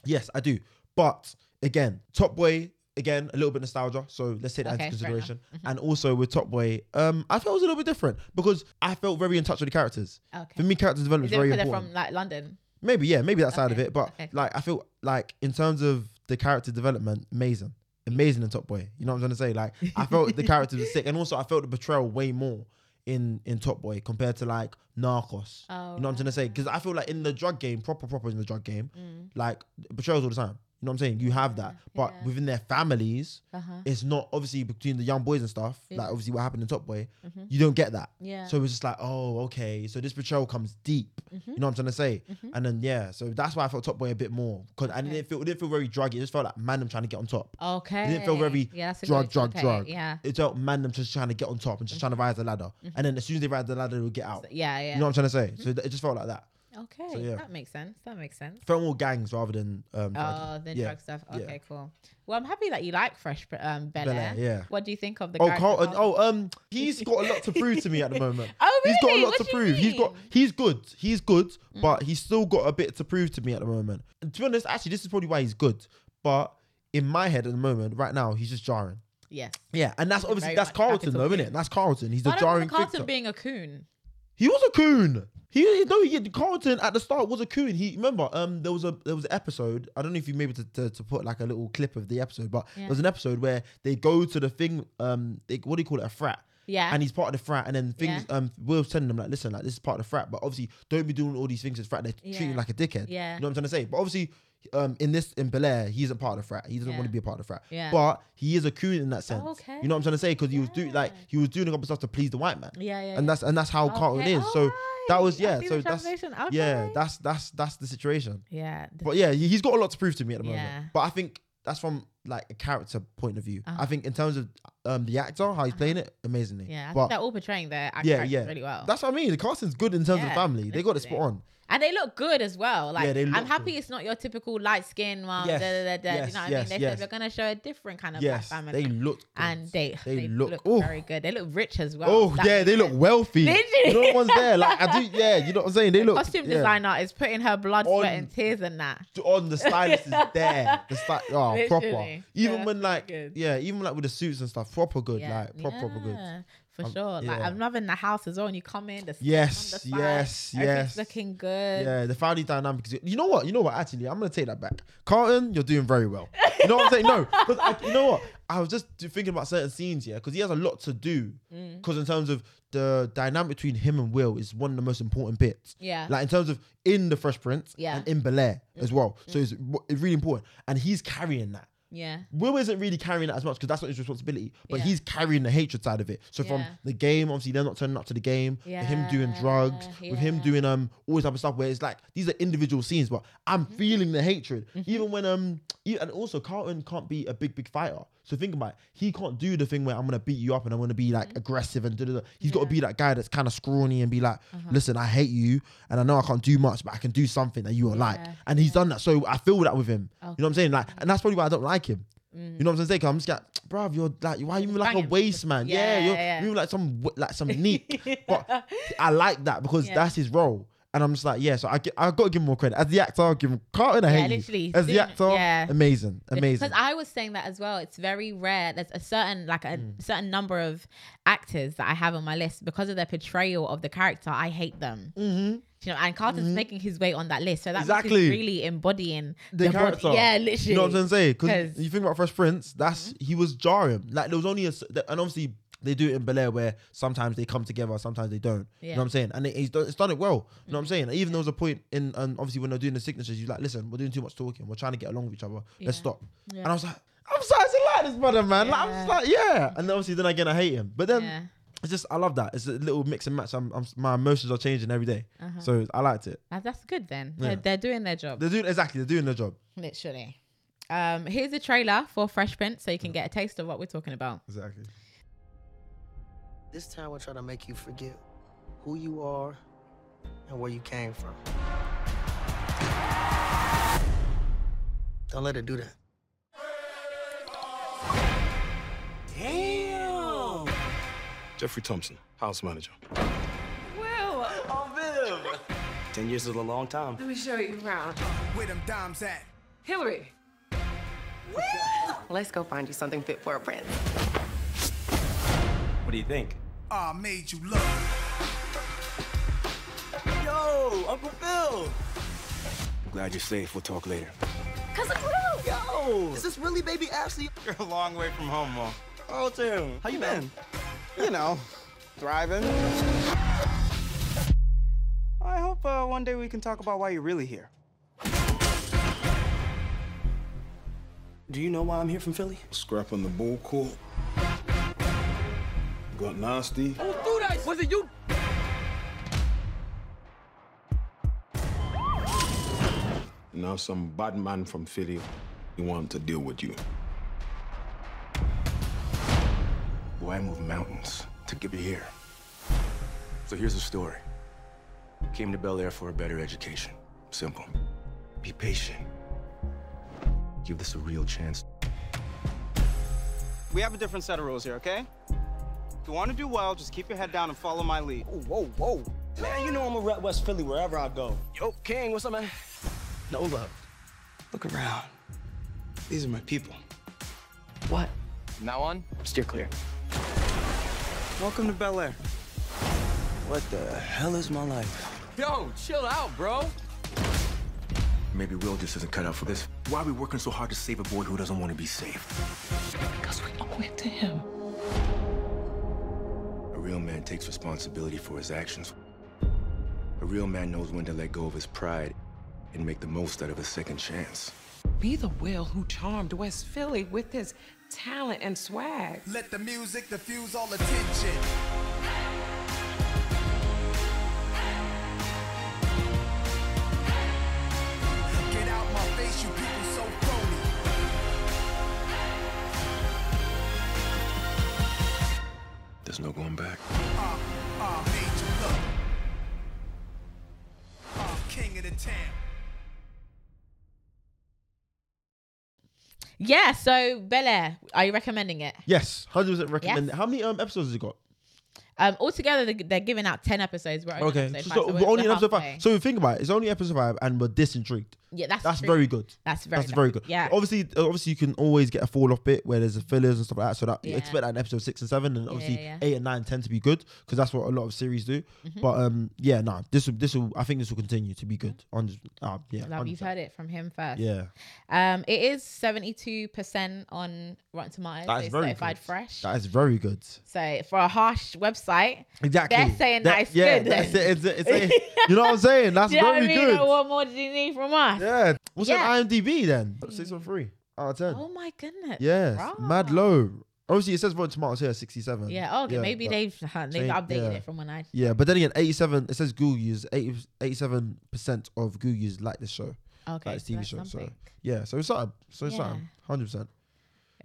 Speaker 2: Yes, I do. But again, Top Boy, again, a little bit nostalgia. So let's take that
Speaker 1: Okay,
Speaker 2: into
Speaker 1: fair enough. Mm-hmm.
Speaker 2: consideration. And also with Top Boy, um, I felt it was a little bit different because I felt very in touch with the characters.
Speaker 1: Oh, Okay.
Speaker 2: For me, character development
Speaker 1: Is
Speaker 2: is
Speaker 1: it
Speaker 2: very
Speaker 1: because they're
Speaker 2: important.
Speaker 1: from like London?
Speaker 2: maybe, yeah, maybe that side of
Speaker 1: Okay,
Speaker 2: it. But
Speaker 1: okay.
Speaker 2: like I feel like in terms of the character development, amazing. Amazing in Top Boy. You know what I'm trying to say? Like I felt the characters were sick. And also I felt the betrayal way more in in Top Boy compared to like Narcos.
Speaker 1: Oh,
Speaker 2: you know what I'm trying to say? Because I feel like in the drug game, proper proper in the drug game, like betrayals all the time. You know what I'm saying? You have that, but within their families,
Speaker 1: Uh-huh.
Speaker 2: it's not obviously between the young boys and stuff. Like obviously what happened in Top Boy,
Speaker 1: Mm-hmm.
Speaker 2: you don't get that.
Speaker 1: Yeah.
Speaker 2: So it's just like, oh, okay. So this betrayal comes deep.
Speaker 1: Mm-hmm.
Speaker 2: You know what I'm trying to say? And then yeah, so that's why I felt Top Boy a bit more because I didn't feel it didn't feel very druggy. It just felt like man, I'm trying to get on top.
Speaker 1: Okay.
Speaker 2: It didn't feel very
Speaker 1: yeah, that's a good way
Speaker 2: drug,
Speaker 1: to
Speaker 2: drug,
Speaker 1: look at it.
Speaker 2: drug.
Speaker 1: Yeah.
Speaker 2: It felt man, I'm just trying to get on top and just trying to rise the ladder. And then as soon as they rise the ladder, they'll get out.
Speaker 1: Yeah, yeah. Mm-hmm.
Speaker 2: You know what I'm trying to say? So th- it just felt like that.
Speaker 1: okay,
Speaker 2: so, yeah.
Speaker 1: that makes sense. That makes sense.
Speaker 2: Felt more gangs rather than um.
Speaker 1: Oh,
Speaker 2: druggy.
Speaker 1: the
Speaker 2: Yeah.
Speaker 1: drug stuff.
Speaker 2: Yeah.
Speaker 1: Okay, cool. Well, I'm happy that you like Fresh Pr- um, Bel
Speaker 2: Bel
Speaker 1: Air.
Speaker 2: Air, yeah.
Speaker 1: What do you think of the?
Speaker 2: Oh,
Speaker 1: character
Speaker 2: Carlton.
Speaker 1: Carlton?
Speaker 2: Oh, um, he's got a lot to prove to me at the moment.
Speaker 1: Oh,
Speaker 2: He's got
Speaker 1: really?
Speaker 2: a lot
Speaker 1: What
Speaker 2: to
Speaker 1: do you
Speaker 2: prove. He's got.
Speaker 1: mean? Mm.
Speaker 2: He's good. He's good, but he's still got a bit to prove to me at the moment. And to be honest, actually, this is probably why he's good. But in my head at the moment, right now, he's just jarring.
Speaker 1: Yes.
Speaker 2: Yeah, and that's obviously
Speaker 1: very
Speaker 2: that's
Speaker 1: much
Speaker 2: Carlton
Speaker 1: capital
Speaker 2: though, isn't
Speaker 1: P.
Speaker 2: it? That's Carlton. He's
Speaker 1: I
Speaker 2: a
Speaker 1: don't
Speaker 2: jarring
Speaker 1: remember Carlton
Speaker 2: fixer.
Speaker 1: being a coon.
Speaker 2: He was a coon. He no, he Carlton at the start was a coon. He remember um there was a there was an episode. I don't know if you maybe to, to, to put like a little clip of the episode, but
Speaker 1: Yeah.
Speaker 2: there was an episode where they go to the thing um they, what do you call it a frat.
Speaker 1: Yeah.
Speaker 2: And he's part of the frat, and then things um Will's telling them like, listen, like this is part of the frat, but obviously don't be doing all these things as frat. They're treating
Speaker 1: Yeah.
Speaker 2: you like a dickhead.
Speaker 1: Yeah.
Speaker 2: you know what I'm trying to say. But obviously, um in this in Bel Air, he's a part of the frat. He doesn't
Speaker 1: Yeah.
Speaker 2: want to be a part of the frat.
Speaker 1: Yeah. Oh,
Speaker 2: but he is a coon in that sense.
Speaker 1: Okay.
Speaker 2: You know what I'm trying to say because he was doing
Speaker 1: Yeah.
Speaker 2: like he was doing a couple stuff to please the white man
Speaker 1: Yeah, yeah.
Speaker 2: and that's and that's how
Speaker 1: Okay,
Speaker 2: Carlton is. So that
Speaker 1: alright.
Speaker 2: was
Speaker 1: I
Speaker 2: yeah.
Speaker 1: see
Speaker 2: So
Speaker 1: the
Speaker 2: that's
Speaker 1: translation,
Speaker 2: yeah.
Speaker 1: okay.
Speaker 2: That's that's that's the situation.
Speaker 1: yeah. th-
Speaker 2: But yeah, he- he's got a lot to prove to me at the
Speaker 1: Yeah.
Speaker 2: moment. But I think that's from like a character point of view. I think in terms of um the actor, how he's playing it, amazingly.
Speaker 1: Uh-huh. yeah. I
Speaker 2: But
Speaker 1: think they're all portraying their act-
Speaker 2: yeah,
Speaker 1: characters
Speaker 2: yeah.
Speaker 1: really well.
Speaker 2: That's what I mean. The casting's good in terms of
Speaker 1: Yeah,
Speaker 2: family. They got it spot
Speaker 1: literally.
Speaker 2: on.
Speaker 1: and they look good as well. Like
Speaker 2: Yeah, they
Speaker 1: I'm
Speaker 2: look
Speaker 1: happy
Speaker 2: good.
Speaker 1: it's not your typical light skin mom.
Speaker 2: Yes,
Speaker 1: da, da, da, da,
Speaker 2: yes,
Speaker 1: you know what I
Speaker 2: yes,
Speaker 1: mean? They
Speaker 2: yes.
Speaker 1: said we're gonna show a different kind of
Speaker 2: Yes,
Speaker 1: black family.
Speaker 2: they look. Good.
Speaker 1: and they
Speaker 2: They
Speaker 1: they,
Speaker 2: look-
Speaker 1: look,
Speaker 2: ooh.
Speaker 1: very good. They look rich as well.
Speaker 2: Oh
Speaker 1: That
Speaker 2: yeah,
Speaker 1: makes
Speaker 2: they look
Speaker 1: sense.
Speaker 2: wealthy.
Speaker 1: Did you?
Speaker 2: No one's there. Like I do. Yeah, you know what I'm saying. They look
Speaker 1: Costume
Speaker 2: yeah.
Speaker 1: designer is putting her blood,
Speaker 2: On-
Speaker 1: sweat, and tears in that.
Speaker 2: on the stylist is there. The sty- oh, proper.
Speaker 1: Literally.
Speaker 2: Even
Speaker 1: Yeah,
Speaker 2: when like
Speaker 1: good.
Speaker 2: yeah, even like with the suits and stuff, proper good. Like proper proper good.
Speaker 1: Yeah, For
Speaker 2: Um,
Speaker 1: sure. Like
Speaker 2: yeah.
Speaker 1: I'm loving the house as well. And you come in, the sun
Speaker 2: Yes,
Speaker 1: on the side,
Speaker 2: yes,
Speaker 1: everything's
Speaker 2: yes.
Speaker 1: looking good.
Speaker 2: Yeah, the family dynamic is. You know what? You know what? Actually, I'm gonna take that back. Carlton, you're doing very well. You know what I'm saying? No, 'cause I, you know what? I was just do- thinking about certain scenes, yeah, because he has a lot to do.
Speaker 1: Mm.
Speaker 2: Because in terms of the dynamic between him and Will is one of the most important bits.
Speaker 1: Yeah.
Speaker 2: Like in terms of in the Fresh Prince
Speaker 1: Yeah. Mm.
Speaker 2: and in Bel Air as well. So it's, it's really important, and he's carrying that.
Speaker 1: Yeah.
Speaker 2: Will isn't really carrying that as much because that's not his responsibility, but
Speaker 1: Yeah.
Speaker 2: he's carrying the hatred side of it. So from
Speaker 1: Yeah.
Speaker 2: the game, obviously they're not turning up to the game. with Him doing drugs,
Speaker 1: Yeah,
Speaker 2: with him
Speaker 1: yeah.
Speaker 2: doing um all this type of stuff where it's like these are individual scenes, but I'm
Speaker 1: Mm-hmm.
Speaker 2: feeling the hatred even when um e- and also Carlton can't be a big big fighter. So think about it. he can't do the thing where I'm gonna beat you up and I'm gonna be
Speaker 1: Mm-hmm.
Speaker 2: like aggressive and da da da. He's got to be that guy that's kind of scrawny and be like,
Speaker 1: Uh-huh.
Speaker 2: listen, I hate you and I know I can't do much, but I can do something that you will like.
Speaker 1: Yeah,
Speaker 2: And he's done that, so I feel that with him. You know what I'm saying? Like, and that's probably why I don't like him. You know what I'm saying? 'Cause I'm just like, bruv, you're like, why are you moving like a
Speaker 1: Banging.
Speaker 2: waste man? Yeah,
Speaker 1: Yeah,
Speaker 2: you're
Speaker 1: yeah.
Speaker 2: moving like some w- like some neat. But I like that because
Speaker 1: Yeah.
Speaker 2: that's his role. And I'm just like, yeah. So I gi- I got to give him more credit as the actor. I'll give him Carlton. I
Speaker 1: Yeah,
Speaker 2: hate you.
Speaker 1: literally,
Speaker 2: as the
Speaker 1: doing-
Speaker 2: actor.
Speaker 1: yeah.
Speaker 2: Amazing, amazing.
Speaker 1: Because I was saying that as well. It's very rare. There's a certain like a
Speaker 2: Mm.
Speaker 1: certain number of actors that I have on my list because of their portrayal of the character. I hate them. Mm-hmm. You know, and Carlton's making his way on that list, so that exactly.
Speaker 2: Mm-hmm. Exactly.
Speaker 1: really embodying
Speaker 2: the,
Speaker 1: body-
Speaker 2: character.
Speaker 1: Yeah, literally.
Speaker 2: You know what I'm saying? Because
Speaker 1: 'Cause- Mm-hmm.
Speaker 2: you think about Fresh Prince, that's he was jarring. Like there was only a s- th- and obviously they do it in Bel Air where sometimes they come together, sometimes they don't. You know what I'm saying? And it, he's done, it's done it well. You
Speaker 1: Mm-hmm.
Speaker 2: know what I'm saying? Even there was a point in and obviously when they're doing the signatures, you're like, listen, we're doing too much talking. We're trying to get along with each other. Let's stop. And I was like. I'm sorry, I like this brother, man. Like, I'm just like, yeah. And then obviously, then again, I hate him. But then
Speaker 1: Yeah.
Speaker 2: it's just, I love that. It's a little mix and match. I'm, I'm, my emotions are changing every day.
Speaker 1: Uh-huh.
Speaker 2: So I liked it.
Speaker 1: That- That's good then.
Speaker 2: Yeah.
Speaker 1: They're, they're doing their job.
Speaker 2: They're doing exactly. They're doing their job.
Speaker 1: Literally. Um, here's a trailer for Fresh Prince so you can get a taste of what we're talking about.
Speaker 2: Exactly.
Speaker 9: This time we're trying to make you forget who you are and where you came from. Don't let it do that.
Speaker 10: Jeffrey Thompson, house manager. Will! Oh, Viv! Ten years is a long time.
Speaker 4: Let me show you around.
Speaker 7: Where them dimes at?
Speaker 4: Hillary. Let's go find you something fit for a prince.
Speaker 10: What do you think?
Speaker 7: I made you look.
Speaker 9: Yo, Uncle Phil!
Speaker 10: Glad you're safe. We'll talk later.
Speaker 9: Cousin Phil! Yo! Is this really baby Ashley?
Speaker 10: You're a long way from home, Mom. Oh, Tim.
Speaker 9: How you been?
Speaker 10: You know, thriving. I hope uh, one day we can talk about why you're really here. Do you know why I'm here from Philly?
Speaker 7: Scrap on the ball court. Got nasty.
Speaker 9: Was it you?
Speaker 10: Now some bad man from Philly want to deal with you. Boy, I moved mountains to get you here. So here's the story. Came to Bel Air for a better education. Simple. Be patient. Give this a real chance.
Speaker 11: We have a different set of rules here, okay? If you want to do well, just keep your head down and follow my lead.
Speaker 10: Whoa, whoa. Man, you know I'm a rep West Philly wherever I go. Yo, King, what's up, man?
Speaker 9: No love.
Speaker 10: Look around. These are my people.
Speaker 4: What
Speaker 10: From now on, steer clear.
Speaker 11: Welcome to Bel Air.
Speaker 10: What the hell is my life?
Speaker 12: Yo, chill out, bro.
Speaker 10: Maybe Will just isn't cut out for this. Why are we working so hard to save a boy who doesn't want to be saved?
Speaker 8: Because we owe it to him.
Speaker 10: A real man takes responsibility for his actions. A real man knows when to let go of his pride and make the most out of his second chance.
Speaker 13: Be the Will who charmed West Philly with his talent and swag.
Speaker 14: Let the music diffuse all attention. Get out my face, you people so phony.
Speaker 10: There's no going back.
Speaker 14: Uh, uh, made you look. Uh, king of the town.
Speaker 1: Yeah, so Bel Air, are you recommending it?
Speaker 2: Yes, hundred percent recommend. it. How many um, episodes has it got?
Speaker 1: Um, altogether, they- they're giving out ten episodes. We're only
Speaker 2: okay,
Speaker 1: episode
Speaker 2: so,
Speaker 1: five,
Speaker 2: so
Speaker 1: so
Speaker 2: we're
Speaker 1: we're
Speaker 2: only in
Speaker 1: we're
Speaker 2: episode
Speaker 1: halfway.
Speaker 2: five. So you think about it, it's only episode five, and we're this intrigued.
Speaker 1: Yeah, that's
Speaker 2: that's
Speaker 1: true.
Speaker 2: very good.
Speaker 1: That's very
Speaker 2: that's very good.
Speaker 1: Yeah.
Speaker 2: obviously, uh, obviously you can always get a fall off bit where there's a fillers and stuff like that. So that you
Speaker 1: Yeah.
Speaker 2: expect that in episode six and seven, and obviously
Speaker 1: yeah, yeah.
Speaker 2: eight and nine tend to be good because that's what a lot of series do.
Speaker 1: Mhm.
Speaker 2: But um, yeah, no, this will this will I think this will continue to be good. On uh, yeah,
Speaker 1: Mm-hmm. Love, you've
Speaker 2: 100%.
Speaker 1: heard it from him first.
Speaker 2: Yeah.
Speaker 1: Um, it is seventy two percent on Rotten Tomatoes.
Speaker 2: that
Speaker 1: so
Speaker 2: is
Speaker 1: it's
Speaker 2: very
Speaker 1: certified
Speaker 2: good.
Speaker 1: fresh.
Speaker 2: That is very good.
Speaker 1: So for a harsh website,
Speaker 2: Exactly.
Speaker 1: they're saying that, it's
Speaker 2: yeah,
Speaker 1: good.
Speaker 2: That's
Speaker 1: then.
Speaker 2: it, it's, it's, you know what I'm saying? That's
Speaker 1: Do you know what I
Speaker 2: very
Speaker 1: mean?
Speaker 2: good.
Speaker 1: Like, What more do you need from us?
Speaker 2: Yeah. What's
Speaker 1: Yeah.
Speaker 2: on IMDb then? Six on three out of ten.
Speaker 1: Oh my goodness.
Speaker 2: yes,
Speaker 1: Right.
Speaker 2: mad low. Obviously, it says Rotten Tomatoes here sixty-seven.
Speaker 1: Yeah. Okay. maybe
Speaker 2: but-
Speaker 1: they've they've
Speaker 2: Change-
Speaker 1: updated
Speaker 2: yeah.
Speaker 1: it from when I.
Speaker 2: Yeah, but then again, eighty-seven. It says Google users. 87 percent of Google users like this show.
Speaker 1: Okay,
Speaker 2: like this
Speaker 1: so
Speaker 2: TV
Speaker 1: that's
Speaker 2: show. So
Speaker 1: something.
Speaker 2: yeah, so it's something. So it's
Speaker 1: Yeah.
Speaker 2: something. Hundred percent.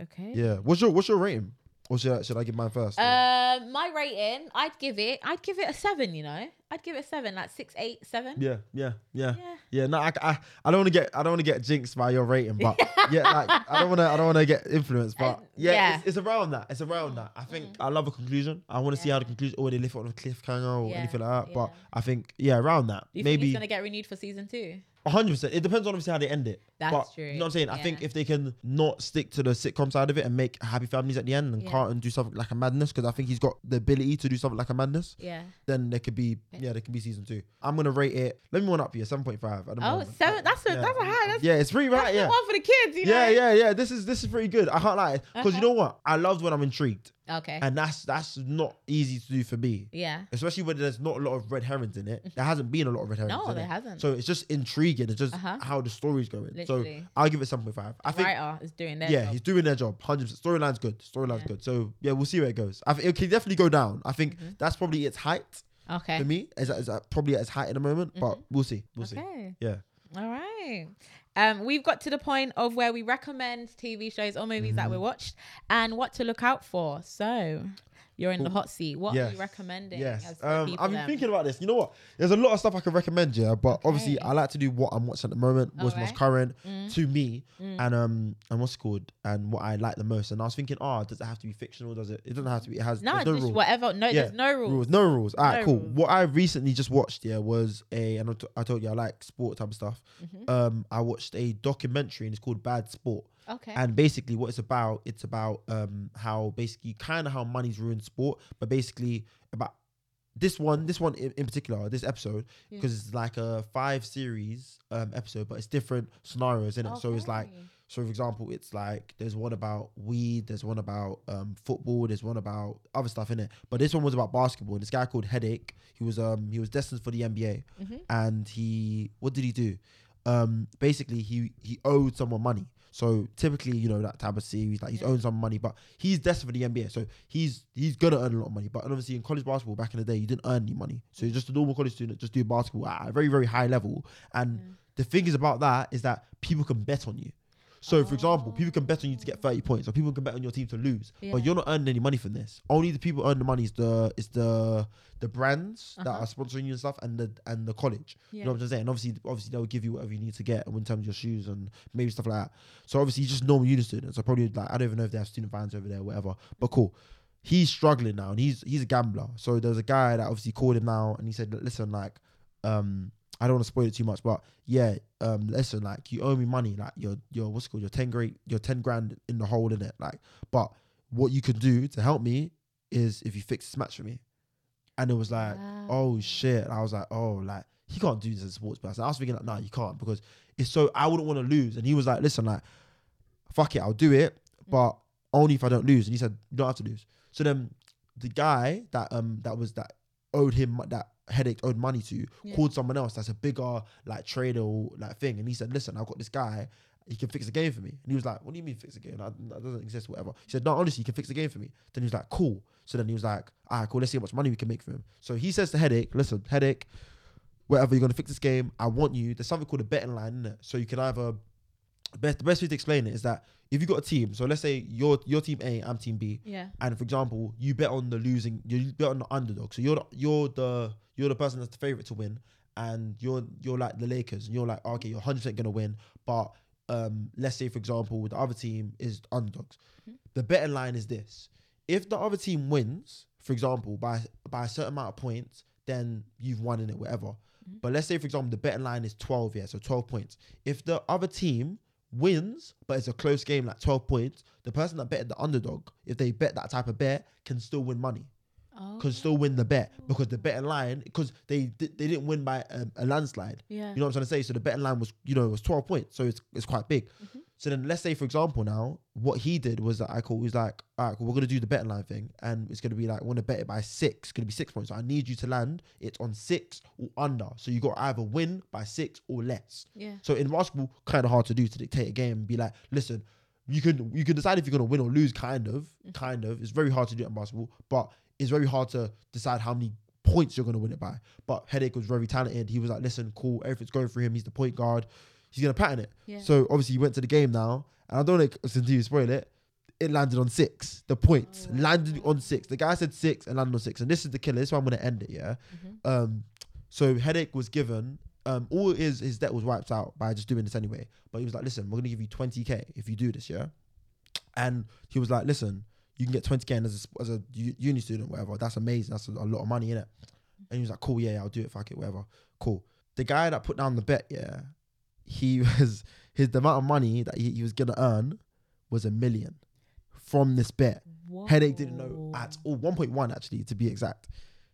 Speaker 1: Okay.
Speaker 2: Yeah. What's your What's your rating? Or should I, should I give mine first?
Speaker 1: Um, my rating, I'd give it, I'd give it a seven. You know, I'd give it a seven, like six, eight, seven.
Speaker 2: Yeah, yeah, yeah, yeah. No, I, I, I don't want to get, I don't want to get jinxed by your rating, but yeah, like, I don't want to, I don't want to get influenced, but yeah,
Speaker 1: yeah. Mm-hmm.
Speaker 2: It's, it's around that, it's around that. I think I love a conclusion. I want to see how the conclusion, or they lift it on a cliffhanger or
Speaker 1: Yeah,
Speaker 2: anything like that. But I think, yeah, around that,
Speaker 1: Do you think
Speaker 2: maybe
Speaker 1: he's gonna get renewed for season two?
Speaker 2: hundred percent. It depends on obviously how they end it.
Speaker 1: That's
Speaker 2: but,
Speaker 1: true,
Speaker 2: You know what I'm saying? I think if they can not stick to the sitcom side of it and make happy families at the end, and
Speaker 1: Yeah.
Speaker 2: Carlton do something like a madness, because I think he's got the ability to do something like a madness.
Speaker 1: Yeah.
Speaker 2: Then there could be, yeah, there could be season two. I'm gonna rate it. Let me one up here, seven point five. I don't
Speaker 1: Oh,
Speaker 2: know.
Speaker 1: seven. That's a
Speaker 2: Um, Yeah.
Speaker 1: that's a high. That's,
Speaker 2: Yeah, it's pretty right.
Speaker 1: that's
Speaker 2: yeah.
Speaker 1: the one for the kids. You know?
Speaker 2: yeah, yeah, yeah. This is this is pretty good. I can't lie, because
Speaker 1: Uh-huh.
Speaker 2: you know what? I loved when I'm intrigued,
Speaker 1: Okay.
Speaker 2: and that's that's not easy to do for me.
Speaker 1: Yeah. Mm-hmm.
Speaker 2: Especially when there's not a lot of red herrings in it. There hasn't been a lot of red herrings.
Speaker 1: No,
Speaker 2: in
Speaker 1: there
Speaker 2: it.
Speaker 1: hasn't.
Speaker 2: So it's just intriguing. It's just
Speaker 1: Uh-huh.
Speaker 2: how the story's going. So
Speaker 1: Literally.
Speaker 2: I'll give it seven point five. I
Speaker 1: The
Speaker 2: think.
Speaker 1: writer is doing their
Speaker 2: Yeah,
Speaker 1: job.
Speaker 2: he's doing their job. Hundred percent. Storyline's good. Storyline's good. So yeah, we'll see where it goes. I think it can definitely go down. I think
Speaker 1: Mm-hmm.
Speaker 2: that's probably its height.
Speaker 1: Okay.
Speaker 2: For me, is is at probably at its height in the moment, but we'll see. We'll
Speaker 1: Mm-hmm. Okay.
Speaker 2: see. Yeah.
Speaker 1: All right. Um, we've got to the point of where we recommend TV shows or movies
Speaker 2: Mm-hmm.
Speaker 1: that we watched and what to look out for. So you're in the
Speaker 2: Cool.
Speaker 1: hot seat. What are
Speaker 2: Yes,
Speaker 1: you recommending?
Speaker 2: Yes.
Speaker 1: as the
Speaker 2: Um,
Speaker 1: people
Speaker 2: I've been
Speaker 1: then?
Speaker 2: thinking about this. You know what? There's a lot of stuff I can recommend, yeah, but obviously I like to do what I'm watching at the moment, what's most
Speaker 1: Alright.
Speaker 2: current
Speaker 1: Mm.
Speaker 2: to me,
Speaker 1: Mm.
Speaker 2: and um and what's it called and what I like the most. And I was thinking, oh, does it have to be fictional? Does it? It doesn't have to be. It has
Speaker 1: No,
Speaker 2: there's no
Speaker 1: just
Speaker 2: rules.
Speaker 1: whatever. No, there's no rules.
Speaker 2: No rules. All right,
Speaker 1: No
Speaker 2: cool.
Speaker 1: rules.
Speaker 2: What I recently just watched, yeah, was a and I t- I told you I like sport type of stuff.
Speaker 1: Mhm.
Speaker 2: Um, I watched a documentary and it's called Bad Sport.
Speaker 1: Okay.
Speaker 2: And basically, what it's about, it's about um how basically kind of how money's ruined sport, but basically about this one, this one in, in particular, this episode,
Speaker 1: Yeah.
Speaker 2: because it's like a five series um episode, but it's different scenarios in it. So it's like,
Speaker 1: Okay.
Speaker 2: so for example, it's like there's one about weed, there's one about um football, there's one about other stuff in it. But this one was about basketball. This guy called Headache, he was um he was destined for the NBA,
Speaker 15: Mhm.
Speaker 2: and he what did he do? Um, basically he he owed someone money. So typically, you know that type of series, like he's
Speaker 15: Yeah.
Speaker 2: owed some money, but he's desperate for the NBA, so he's he's gonna earn a lot of money. But obviously, in college basketball back in the day, you didn't earn any money, so you're just a normal college student, just do basketball at a very very high level. And the thing is about that is that people can bet on you. So, for example, people can bet on you to get 30 points, or people can bet on your team to lose,
Speaker 15: Yeah.
Speaker 2: but you're not earning any money from this. Only the people earn the money is the is the the brands that
Speaker 15: Uh-huh.
Speaker 2: are sponsoring you and stuff, and the and the college. You
Speaker 15: Yeah.
Speaker 2: know what I'm saying? Obviously, obviously they'll give you whatever you need to get in terms of your shoes and maybe stuff like that. So obviously, he's just normal uni students. So probably like I don't even know if they have student fans over there, or whatever. But cool. He's struggling now, and he's he's a gambler. So there's a guy that obviously called him now, and he said, "Listen, like, um, I don't want to spoil it too much, but yeah, um, listen, like, you owe me money, like, your your what's it called your ten great your ten grand in the hole in it, like, but what you can do to help me is if you fix this match for me. And it was like, oh shit. And I was like, oh, like, he can't do this as a sports person. I was thinking, like, nah, you can't because it's so, I wouldn't want to lose. And he was like, listen, like, fuck it, I'll do it, but only if I don't lose. And he said, you don't have to lose. So then the guy that um that was that owed him mo- that headache owed money to
Speaker 12: Yeah.
Speaker 2: called someone else that's a bigger like trader or like thing and he said listen i've got this guy he can fix the game for me and he was like what do you mean fix the game that, that doesn't exist whatever he said no honestly he can fix the game for me then he was like cool so then he was like all right cool let's see how much money we can make for him so he says to headache listen headache whatever you're going to fix this game i want you there's something called a betting line in it so you can either the best the best way to explain it is that if you've got a team, so let's say your your team A, I'm team B,
Speaker 12: Yeah.
Speaker 2: and for example, you bet on the losing, you bet on the underdog. So you're the, you're the you're the person that's the favorite to win, and you're you're like the Lakers, and you're like okay, you're 100 percent gonna win, but um, let's say for example, the other team is the underdogs. The betting line is this: if the other team wins, for example, by by a certain amount of points, then you've won in it, whatever. But let's say, for example, the betting line is 12, yeah, so 12 points. If the other team wins, but it's a close game, like 12 points, the person that betted the underdog, if they bet that type of bet, can still win money. Can still win the bet because the betting line because they di- they didn't win by a, a landslide.
Speaker 12: Yeah.
Speaker 2: you know what I'm trying to say. So the betting line was you know it was 12 points, so it's it's quite big. So then let's say for example now what he did was that I called he was like all right cool, we're gonna do the betting line thing and it's gonna be like want to bet it by six, it's gonna be six points. So I need you to land it's on six or under. So you got to either win by six or less.
Speaker 12: Yeah.
Speaker 2: So in basketball, kind of hard to do to dictate a game and be like, listen, you can you can decide if you're gonna win or lose, kind of,
Speaker 12: Mm-hmm.
Speaker 2: kind of. It's very hard to do it in basketball, but it's very hard to decide how many points you're gonna win it by. But Headache was very talented. He was like, listen, cool, everything's going for him. He's the point guard. He's gonna pattern it.
Speaker 12: Yeah.
Speaker 2: So obviously he went to the game now, and I don't want to continue to spoil it. It landed on six. The points
Speaker 12: Oh,
Speaker 2: landed on six. The guy said six and landed on six. And this is the killer. This is why I'm gonna end it. Yeah.
Speaker 12: Mm-hmm.
Speaker 2: Um. So headache was given. Um. All his his debt was wiped out by just doing this anyway. But he was like, listen, we're gonna give you 20k if you do this. Yeah. And he was like, listen, you can get 20k and as a, as a u- uni student, whatever. That's amazing. That's a, a lot of money in it. And he was like, cool, yeah, yeah, I'll do it. Fuck it, whatever. Cool. The guy that put down the bet, yeah, he was his the amount of money that he, he was gonna earn was a million from this bet. Headache didn't know at all. 1.1 actually, to be exact.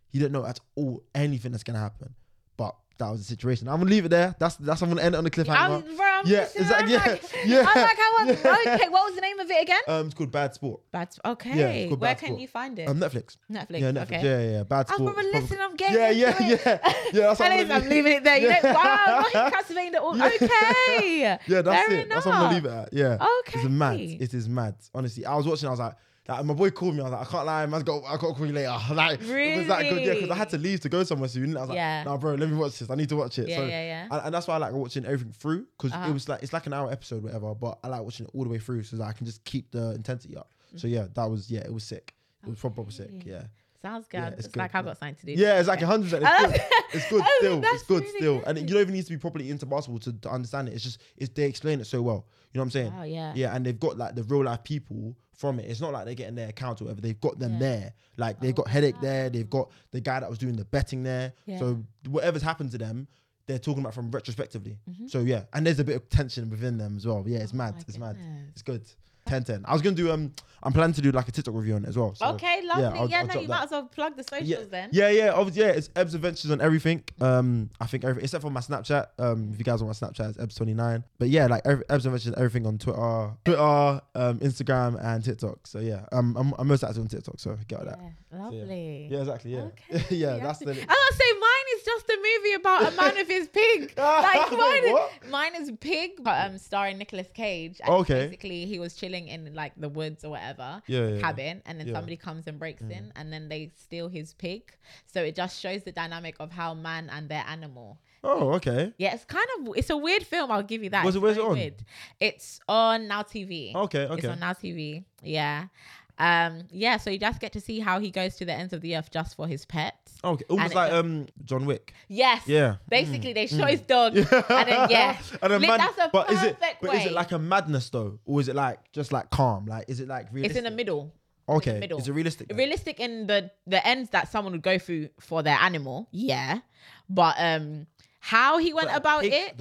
Speaker 2: He didn't know at all anything that's gonna happen. But that was the situation. I'm gonna leave it there. That's that's I'm gonna end it on the cliffhanger.
Speaker 12: I'm, bro, I'm
Speaker 2: yeah,
Speaker 12: listening,
Speaker 2: exactly.
Speaker 12: I'm
Speaker 2: Yeah,
Speaker 12: like,
Speaker 2: yeah.
Speaker 12: I'm like, how was,
Speaker 2: yeah.
Speaker 12: okay, what was the name of it again?
Speaker 2: Um, it's called Bad Sport.
Speaker 1: Bad. Okay.
Speaker 2: it's called
Speaker 1: Where
Speaker 2: Bad
Speaker 1: can
Speaker 2: Sport.
Speaker 1: you find it?
Speaker 2: Um, Netflix.
Speaker 1: Netflix,
Speaker 2: Yeah, Netflix.
Speaker 1: okay.
Speaker 2: Yeah, yeah, yeah. Bad
Speaker 1: I'm
Speaker 2: Sport.
Speaker 1: from a
Speaker 2: Probably-
Speaker 1: listen, I'm getting
Speaker 2: Yeah,
Speaker 1: into
Speaker 2: yeah,
Speaker 1: it.
Speaker 2: yeah, yeah. That's what
Speaker 1: My name's-
Speaker 2: gonna
Speaker 1: I'm
Speaker 2: leave-
Speaker 1: leaving it there. You know,
Speaker 2: Yeah.
Speaker 1: wow, I'm captivating the all. Okay.
Speaker 2: Yeah, that's
Speaker 1: Fair
Speaker 2: it. That's what I'm gonna
Speaker 1: enough.
Speaker 2: leave it at. Yeah. It's mad.
Speaker 1: Okay.
Speaker 2: It is mad. Honestly, I was watching. I was like, like, my boy called me. I was like, I can't lie. Man's got. I got to call you later. Like, it was that good. Yeah, because I had to leave to go somewhere soon. I was like,
Speaker 12: Yeah.
Speaker 2: nah, bro, let me watch this. I need to watch it.
Speaker 12: Yeah,
Speaker 2: so,
Speaker 12: yeah, yeah.
Speaker 2: And, and that's why I like watching everything through because
Speaker 12: Uh-huh.
Speaker 2: it was like it's like an hour episode, whatever. But I like watching it all the way through so that I can just keep the intensity up.
Speaker 12: Mm.
Speaker 2: So yeah, that was yeah, it was sick. It was proper, proper sick. Yeah.
Speaker 1: Sounds good.
Speaker 2: Yeah,
Speaker 1: it's like I've got something to do.
Speaker 2: Yeah, it's like hundred percent.
Speaker 1: I
Speaker 2: It's
Speaker 1: love I was
Speaker 2: good, it's good
Speaker 1: like,
Speaker 2: still.
Speaker 1: that's
Speaker 2: It's good
Speaker 1: really
Speaker 2: still. And you don't even need to be properly into basketball to, to understand it. It's just it's they explain it so well. You know what I'm saying?
Speaker 1: Wow, Oh, yeah.
Speaker 2: Yeah, and they've got like the real life people from it. It's not like they're getting their accounts or whatever. They've got them there. Like they've
Speaker 1: Oh,
Speaker 2: got headache there. They've got the guy that was doing the betting there.
Speaker 12: Yeah.
Speaker 2: So whatever's happened to them, they're talking about from retrospectively.
Speaker 1: Mm-hmm.
Speaker 12: Mhm.
Speaker 2: So yeah, and there's a bit of tension within them as well. Yeah,
Speaker 1: Oh
Speaker 2: it's mad. It's mad. It's good. 10 10. I was gonna do um I'm planning to do like a TikTok review on it as well. So,
Speaker 1: okay, lovely. Yeah,
Speaker 2: I'll- I'll
Speaker 1: no,
Speaker 2: drop
Speaker 1: you
Speaker 2: that.
Speaker 1: might as well plug the socials
Speaker 2: Yeah,
Speaker 1: then.
Speaker 2: yeah, yeah. Obviously, yeah. It's Ebs Adventures on everything. Um, I think everything except for my Snapchat. Um, if you guys want my Snapchat, it's Ebs twenty nine. But yeah, like every, Ebs Adventures, on everything on Twitter, Twitter, um, Instagram, and TikTok. So yeah, um, I'm, I'm most active on TikTok. So get all that.
Speaker 1: Lovely. Oh,
Speaker 2: Yeah, exactly. Yeah, yeah. That's the.
Speaker 1: I was say mine is just a movie about a man with his pig. Like mine,
Speaker 2: What?
Speaker 1: is, mine is pig, but um, starring Nicolas Cage. And
Speaker 2: Okay.
Speaker 1: Basically, he was chilling in like the woods or whatever
Speaker 2: Yeah, yeah,
Speaker 1: cabin, and then
Speaker 2: yeah.
Speaker 1: somebody comes and breaks
Speaker 2: Mm.
Speaker 1: in, and then they steal his pig. So it just shows the dynamic of how man and their animal.
Speaker 2: Oh, okay.
Speaker 1: Yeah, it's kind of it's a weird film. I'll give you that.
Speaker 2: Where's it-
Speaker 1: It's
Speaker 2: where's it
Speaker 1: very
Speaker 2: on?
Speaker 1: It's on Now TV.
Speaker 2: Okay,
Speaker 1: It's
Speaker 2: okay.
Speaker 1: on Now TV. Yeah. Um. Yeah. So you just get to see how he goes to the ends of the earth just for his pets.
Speaker 2: Okay, almost
Speaker 1: it
Speaker 2: like um John Wick.
Speaker 1: Yes.
Speaker 2: Yeah.
Speaker 1: Basically, they show
Speaker 2: Mm.
Speaker 1: his dog, and then yeah,
Speaker 2: And a
Speaker 1: Li-
Speaker 2: mad,
Speaker 1: that's a
Speaker 2: but is
Speaker 1: perfect
Speaker 2: it but is
Speaker 1: way.
Speaker 2: it like a madness though, or is it like just like calm? Like is it like
Speaker 1: it's
Speaker 2: realistic?
Speaker 1: in the middle.
Speaker 2: okay,
Speaker 1: the middle.
Speaker 2: is it realistic? then?
Speaker 1: Realistic in the the ends that someone would go through for their animal. Yeah, but um, how he went about it.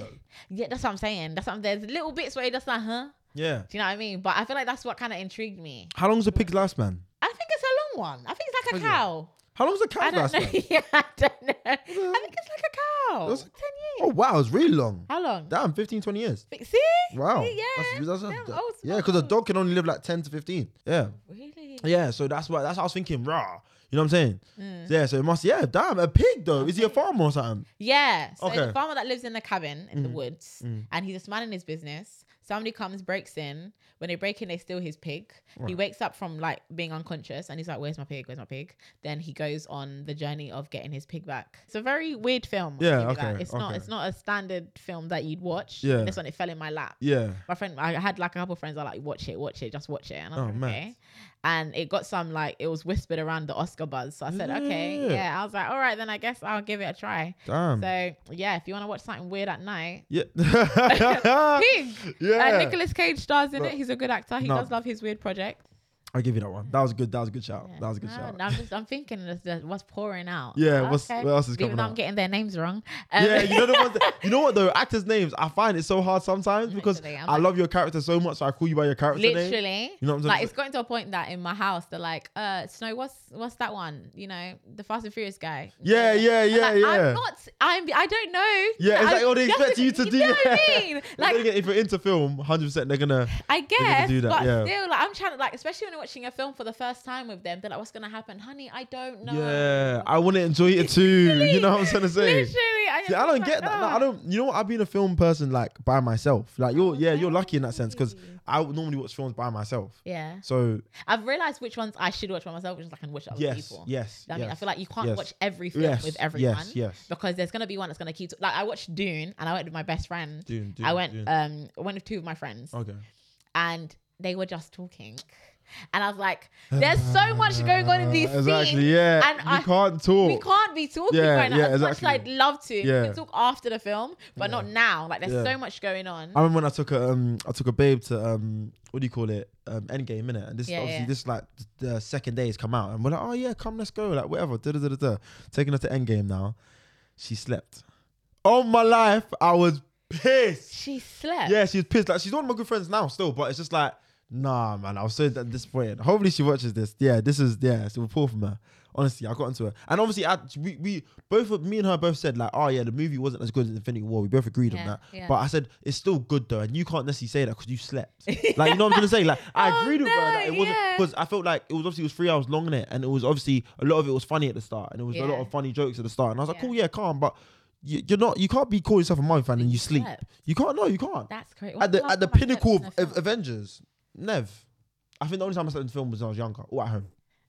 Speaker 1: Yeah, that's what I'm saying. That's what I'm, there's little bits where he just like, huh?
Speaker 2: Yeah.
Speaker 1: Do you know what I mean? But I feel like that's what kind of intrigued me.
Speaker 2: How long's a pig's lifespan?
Speaker 1: I think it's a long one. I think it's like a
Speaker 2: Is it?
Speaker 1: cow.
Speaker 2: How long's a
Speaker 1: I
Speaker 2: cow's
Speaker 1: don't know.
Speaker 2: lifespan?
Speaker 1: yeah, I don't know. I think it's like a cow.
Speaker 2: That's-
Speaker 1: Ten
Speaker 2: Oh
Speaker 1: years.
Speaker 2: wow, it's really long.
Speaker 1: How long?
Speaker 2: Damn, 15, 20 years.
Speaker 1: Fi- See?
Speaker 2: Wow.
Speaker 1: See, yeah.
Speaker 2: That's, that's, that's,
Speaker 1: Damn, old
Speaker 2: yeah, because a dog can only live like 10 to 15. Yeah.
Speaker 1: Really?
Speaker 2: Yeah, so that's why that's what I was thinking, rah. You know what I'm saying?
Speaker 1: Mm.
Speaker 2: Yeah, so it must, yeah, damn, a pig though. Is he a farmer or something?
Speaker 1: Yeah. So it's a
Speaker 2: Okay.
Speaker 1: farmer that lives in a cabin in the
Speaker 2: Mhm.
Speaker 1: woods
Speaker 2: Mm.
Speaker 1: and he's just minding his business. Somebody comes, breaks in. When they break in, they steal his pig. He
Speaker 2: Right.
Speaker 1: wakes up from like being unconscious and he's like, Where's my pig? Where's my pig? Then he goes on the journey of getting his pig back. It's a very weird film. I'll
Speaker 2: Yeah,
Speaker 1: give you that.
Speaker 2: okay,
Speaker 1: It's not
Speaker 2: okay.
Speaker 1: it's not a standard film that you'd watch.
Speaker 2: Yeah.
Speaker 1: This one it fell in my lap.
Speaker 2: Yeah.
Speaker 1: My friend I had like a couple friends that were like, watch it, watch it, just watch it. And I was
Speaker 2: Oh,
Speaker 1: like,
Speaker 2: mad.
Speaker 1: okay. And it got some like it was whispered around the Oscar buzz. So I said, Okay,
Speaker 2: Yeah.
Speaker 1: yeah. I was like, All right, then I guess I'll give it a try.
Speaker 2: Damn.
Speaker 1: So yeah, if you want to watch something weird at night,
Speaker 2: Yeah.
Speaker 1: Pig.
Speaker 2: Yeah.
Speaker 1: Uh, Nicholas Cage stars in
Speaker 2: No.
Speaker 1: it. He's a good actor. He
Speaker 2: No.
Speaker 1: does love his weird project.
Speaker 2: I'll give you that one. That was good. That was a good shout. That was a good
Speaker 1: No,
Speaker 2: shout.
Speaker 1: no, I'm just I'm thinking of the- what's pouring out.
Speaker 2: Yeah, what's- what else is
Speaker 1: Even
Speaker 2: coming
Speaker 1: though
Speaker 2: out?
Speaker 1: I'm getting their names wrong. Um,
Speaker 2: Yeah, you know the ones that, you know what though, actors' names. I find it so hard sometimes because
Speaker 1: Literally, I'm
Speaker 2: I
Speaker 1: like-
Speaker 2: love your character so much, so I call you by your character name.
Speaker 1: Literally,
Speaker 2: You know what I'm
Speaker 1: like
Speaker 2: saying?
Speaker 1: it's gotten to a point that in my house they're like, "Uh, Snow, what's what's that one? You know, the Fast and Furious guy."
Speaker 2: Yeah, yeah,
Speaker 1: I'm
Speaker 2: yeah,
Speaker 1: like,
Speaker 2: yeah.
Speaker 1: I'm not. I'm. I don't know.
Speaker 2: yeah, it's
Speaker 1: I-
Speaker 2: like oh they
Speaker 1: that's
Speaker 2: expect
Speaker 1: the-
Speaker 2: you to do.
Speaker 1: You know what I mean?
Speaker 2: Like,
Speaker 1: Like,
Speaker 2: if you're into film, hundred percent they're gonna.
Speaker 1: I
Speaker 2: they're gonna
Speaker 1: guess,
Speaker 2: do that,
Speaker 1: but
Speaker 2: yeah.
Speaker 1: still, like I'm trying to like, especially when you're watching a film for the first time with them, they're like, "What's gonna happen, honey? I don't know."
Speaker 2: Yeah, I want to enjoy it too. you know what I'm trying to say?
Speaker 1: Literally, I,
Speaker 2: See, I don't get that. No,
Speaker 1: "Oh."
Speaker 2: I don't. You know what? I've been a film person like by myself. Like you're, yeah, you're lucky in that sense because I would normally watch films by myself.
Speaker 1: Yeah.
Speaker 2: So
Speaker 1: I've realized which ones I should watch by myself, which ones I can watch with other
Speaker 2: Yes,
Speaker 1: people.
Speaker 2: yes,
Speaker 1: You know what I mean, I
Speaker 2: yes,
Speaker 1: feel like you can't
Speaker 2: yes.
Speaker 1: watch every film
Speaker 2: Yes,
Speaker 1: with
Speaker 2: yes,
Speaker 1: everyone.
Speaker 2: yes.
Speaker 1: Because there's gonna be one that's gonna keep. Like I watched Dune, and I went with my best friend.
Speaker 2: Dune,
Speaker 1: I
Speaker 2: Dune,
Speaker 1: went.
Speaker 2: Dune.
Speaker 1: Um, I went with two of my friends.
Speaker 2: okay.
Speaker 1: And they were just talking. And I was like, "There's so much going on in these
Speaker 2: Uh, exactly.
Speaker 1: scenes,
Speaker 2: Yeah.
Speaker 1: and
Speaker 2: you
Speaker 1: I
Speaker 2: can't talk.
Speaker 1: We can't be talking
Speaker 2: Yeah,
Speaker 1: right now.
Speaker 2: yeah,
Speaker 1: as
Speaker 2: exactly.
Speaker 1: much as I'd love to. We
Speaker 2: Yeah.
Speaker 1: can talk after the film, but not now. Like there's
Speaker 2: Yeah.
Speaker 1: so much going on.
Speaker 2: I remember when I took a um, I took a babe to um, what do you call it? Um, Endgame, innit? And this
Speaker 1: Yeah,
Speaker 2: obviously
Speaker 1: yeah.
Speaker 2: this like the second day has come out, and we're like, oh yeah, come, let's go, like whatever. Da, da, da, da, da. Taking her to Endgame now. She slept. Oh my life, I was pissed.
Speaker 1: She slept.
Speaker 2: Yeah, she's pissed. Like she's one of my good friends now, still, but it's just like, nah, man, I was so d- disappointed. Hopefully she watches this. Yeah, this is yeah, so we'll pull from her. Honestly, I got into her, and obviously, I, we we both of- me and her both said like, oh yeah, the movie wasn't as good as Infinity War. We both agreed on
Speaker 1: Yeah,
Speaker 2: that,
Speaker 1: yeah.
Speaker 2: but I said it's still good though, and you can't necessarily say that because you slept. like you know what I'm gonna say? Like I agreed with her that it wasn't
Speaker 1: Oh, yeah.
Speaker 2: because I felt like it was obviously it was three hours long in it, and it was obviously a lot of it was funny at the start, and it was a lot
Speaker 1: Yeah.
Speaker 2: of funny jokes at the start, and I was like, cool, yeah, calm, but. you- You're not. You can't be calling yourself a Marvel fan and you sleep.
Speaker 1: slept.
Speaker 2: You can't. No, you can't
Speaker 1: That's crazy.
Speaker 2: at the at the pinnacle of, of Avengers, Nev. I think the only time I slept in the film was when I was younger or at home.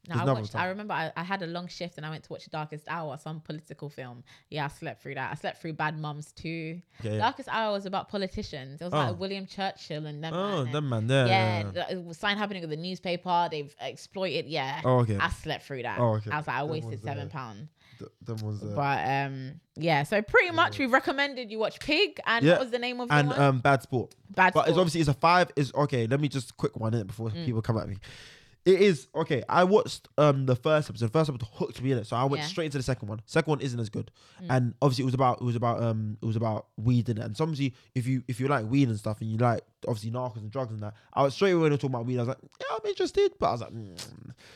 Speaker 1: No,
Speaker 2: There's
Speaker 1: I
Speaker 2: never a
Speaker 1: watched.
Speaker 2: time.
Speaker 1: I remember I, I had a long shift and I went to watch Darkest Hour, some political film. Yeah, I slept through that. I slept through Bad Moms too.
Speaker 2: Okay, yeah.
Speaker 1: Darkest Hour was about politicians. It was
Speaker 2: Oh.
Speaker 1: like William Churchill and them.
Speaker 2: Oh,
Speaker 1: man.
Speaker 2: them man, yeah, yeah,
Speaker 1: yeah. yeah. Sign happening with the newspaper. They've exploited. Yeah.
Speaker 2: Oh, okay.
Speaker 1: I slept through that.
Speaker 2: Oh, okay. uh,
Speaker 1: I was like, I
Speaker 2: Them
Speaker 1: wasted
Speaker 2: ones,
Speaker 1: seven
Speaker 2: yeah.
Speaker 1: pound.
Speaker 2: Th- them was uh,
Speaker 1: But um, yeah. So pretty much we've recommended you watch Pig and what was the name of the
Speaker 2: and
Speaker 1: one?
Speaker 2: um bad sport.
Speaker 1: Bad
Speaker 2: but it's
Speaker 1: Sport.
Speaker 2: obviously it's a five. Is okay. Let me just quick one in it before
Speaker 1: Mm.
Speaker 2: people come at me. It is okay. I watched um the first episode. The first episode hooked me in it, so I went
Speaker 1: Yeah.
Speaker 2: straight into the second one. Second one isn't as good,
Speaker 1: Mm.
Speaker 2: and obviously it was about it was about um it was about weed in it. And so obviously if you if you like weed and stuff and you like obviously narcos and drugs and that, I was straight away when they were talking about weed. I was like, yeah, I'm interested, but I was like, mm.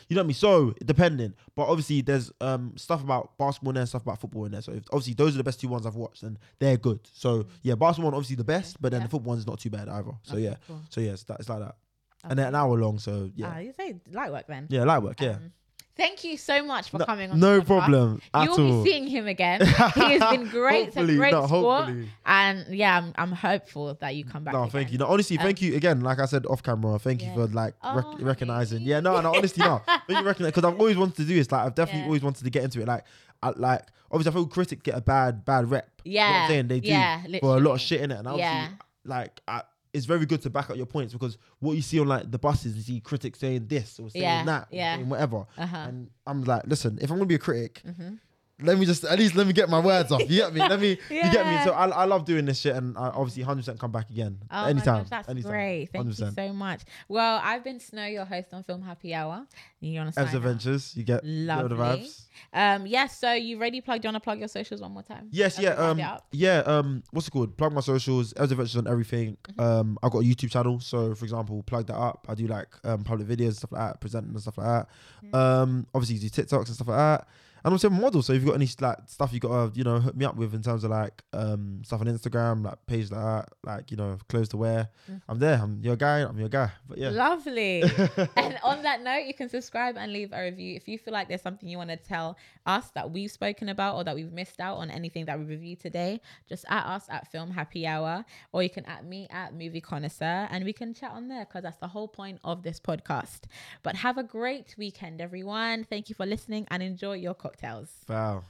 Speaker 2: you know what I mean. So depending, but obviously there's um stuff about basketball in there, stuff about football in there. So if, obviously those are the best two ones I've watched, and they're good. So yeah, basketball one obviously the best, but then the football one's not too bad either. So
Speaker 1: Mm. Okay,
Speaker 2: yeah,
Speaker 1: cool.
Speaker 2: so yeah, it's, that, it's like that, and they're an hour long. So yeah.
Speaker 1: Ah, you say light work then.
Speaker 2: Yeah, light work.
Speaker 1: Um,
Speaker 2: Yeah.
Speaker 1: Thank you so much for
Speaker 2: No-
Speaker 1: coming on.
Speaker 2: no
Speaker 1: the podcast.
Speaker 2: problem at
Speaker 1: You'll
Speaker 2: all.
Speaker 1: be seeing him again. he has been great. It's a
Speaker 2: Hopefully,
Speaker 1: great
Speaker 2: no,
Speaker 1: sport.
Speaker 2: hopefully.
Speaker 1: And yeah, I'm, I'm hopeful that you come back.
Speaker 2: no, thank you. No, honestly,
Speaker 1: Um,
Speaker 2: thank you again. Like I said off camera, thank you for like
Speaker 1: Oh,
Speaker 2: rec- recognizing. Yeah, no, no, honestly, no. Thank you recognize because I've always wanted to do this. Like I've definitely
Speaker 1: Yeah.
Speaker 2: always wanted to get into it. Like, I, like obviously, I feel critics get a bad, bad rep. you know what
Speaker 1: Yeah,
Speaker 2: I'm saying they do
Speaker 1: yeah,
Speaker 2: for a lot
Speaker 1: literally.
Speaker 2: of shit in it, and obviously,
Speaker 1: Yeah.
Speaker 2: like I. It's very good to back up your points because what you see on like the buses, you see critics saying this or saying
Speaker 1: Yeah,
Speaker 2: that, or
Speaker 1: yeah.
Speaker 2: saying whatever.
Speaker 1: Uh-huh.
Speaker 2: And I'm like, listen, if I'm gonna be a critic,
Speaker 1: Mhm.
Speaker 2: let me just at least let me get my words off. You get me? Let me. You get me?
Speaker 1: Yeah.
Speaker 2: So I, I love doing this shit, and I obviously 100 percent come back again
Speaker 1: Oh
Speaker 2: anytime.
Speaker 1: my gosh, that's
Speaker 2: anytime.
Speaker 1: great. Thank you
Speaker 2: 100%.
Speaker 1: so much. Well, I've been Snow, your host on Film Happy Hour. You want to
Speaker 2: As
Speaker 1: sign out?
Speaker 2: adventures, you get you know the
Speaker 1: Lovely.
Speaker 2: vibes.
Speaker 1: Um, yes. so you already plugged. You want to plug your socials one more time?
Speaker 2: Yes,
Speaker 1: As
Speaker 2: yeah,
Speaker 1: we round
Speaker 2: um,
Speaker 1: it up?
Speaker 2: yeah, um, what's it called? Plug my socials, Els Adventures on everything. Um, I've got a YouTube channel, so for example, plug that up. I do like um public videos, stuff like that, presenting and stuff like that. Um, obviously you do TikToks and stuff like that. And also model. So if you've got any like stuff you gotta, you know, hook me up with in terms of like um stuff on Instagram, like page like that, like, you know, clothes to wear.
Speaker 1: Mhm.
Speaker 2: I'm there. I'm your guy, I'm your guy. But yeah.
Speaker 1: Lovely. and on that note, you can subscribe and leave a review. If you feel like there's something you want to tell us that we've spoken about or that we've missed out on anything that we reviewed today, just at us at Film Happy Hour or you can at me at Movie Connoisseur and we can chat on there because that's the whole point of this podcast. But have a great weekend, everyone. Thank you for listening and enjoy your cocktails.
Speaker 2: Wow.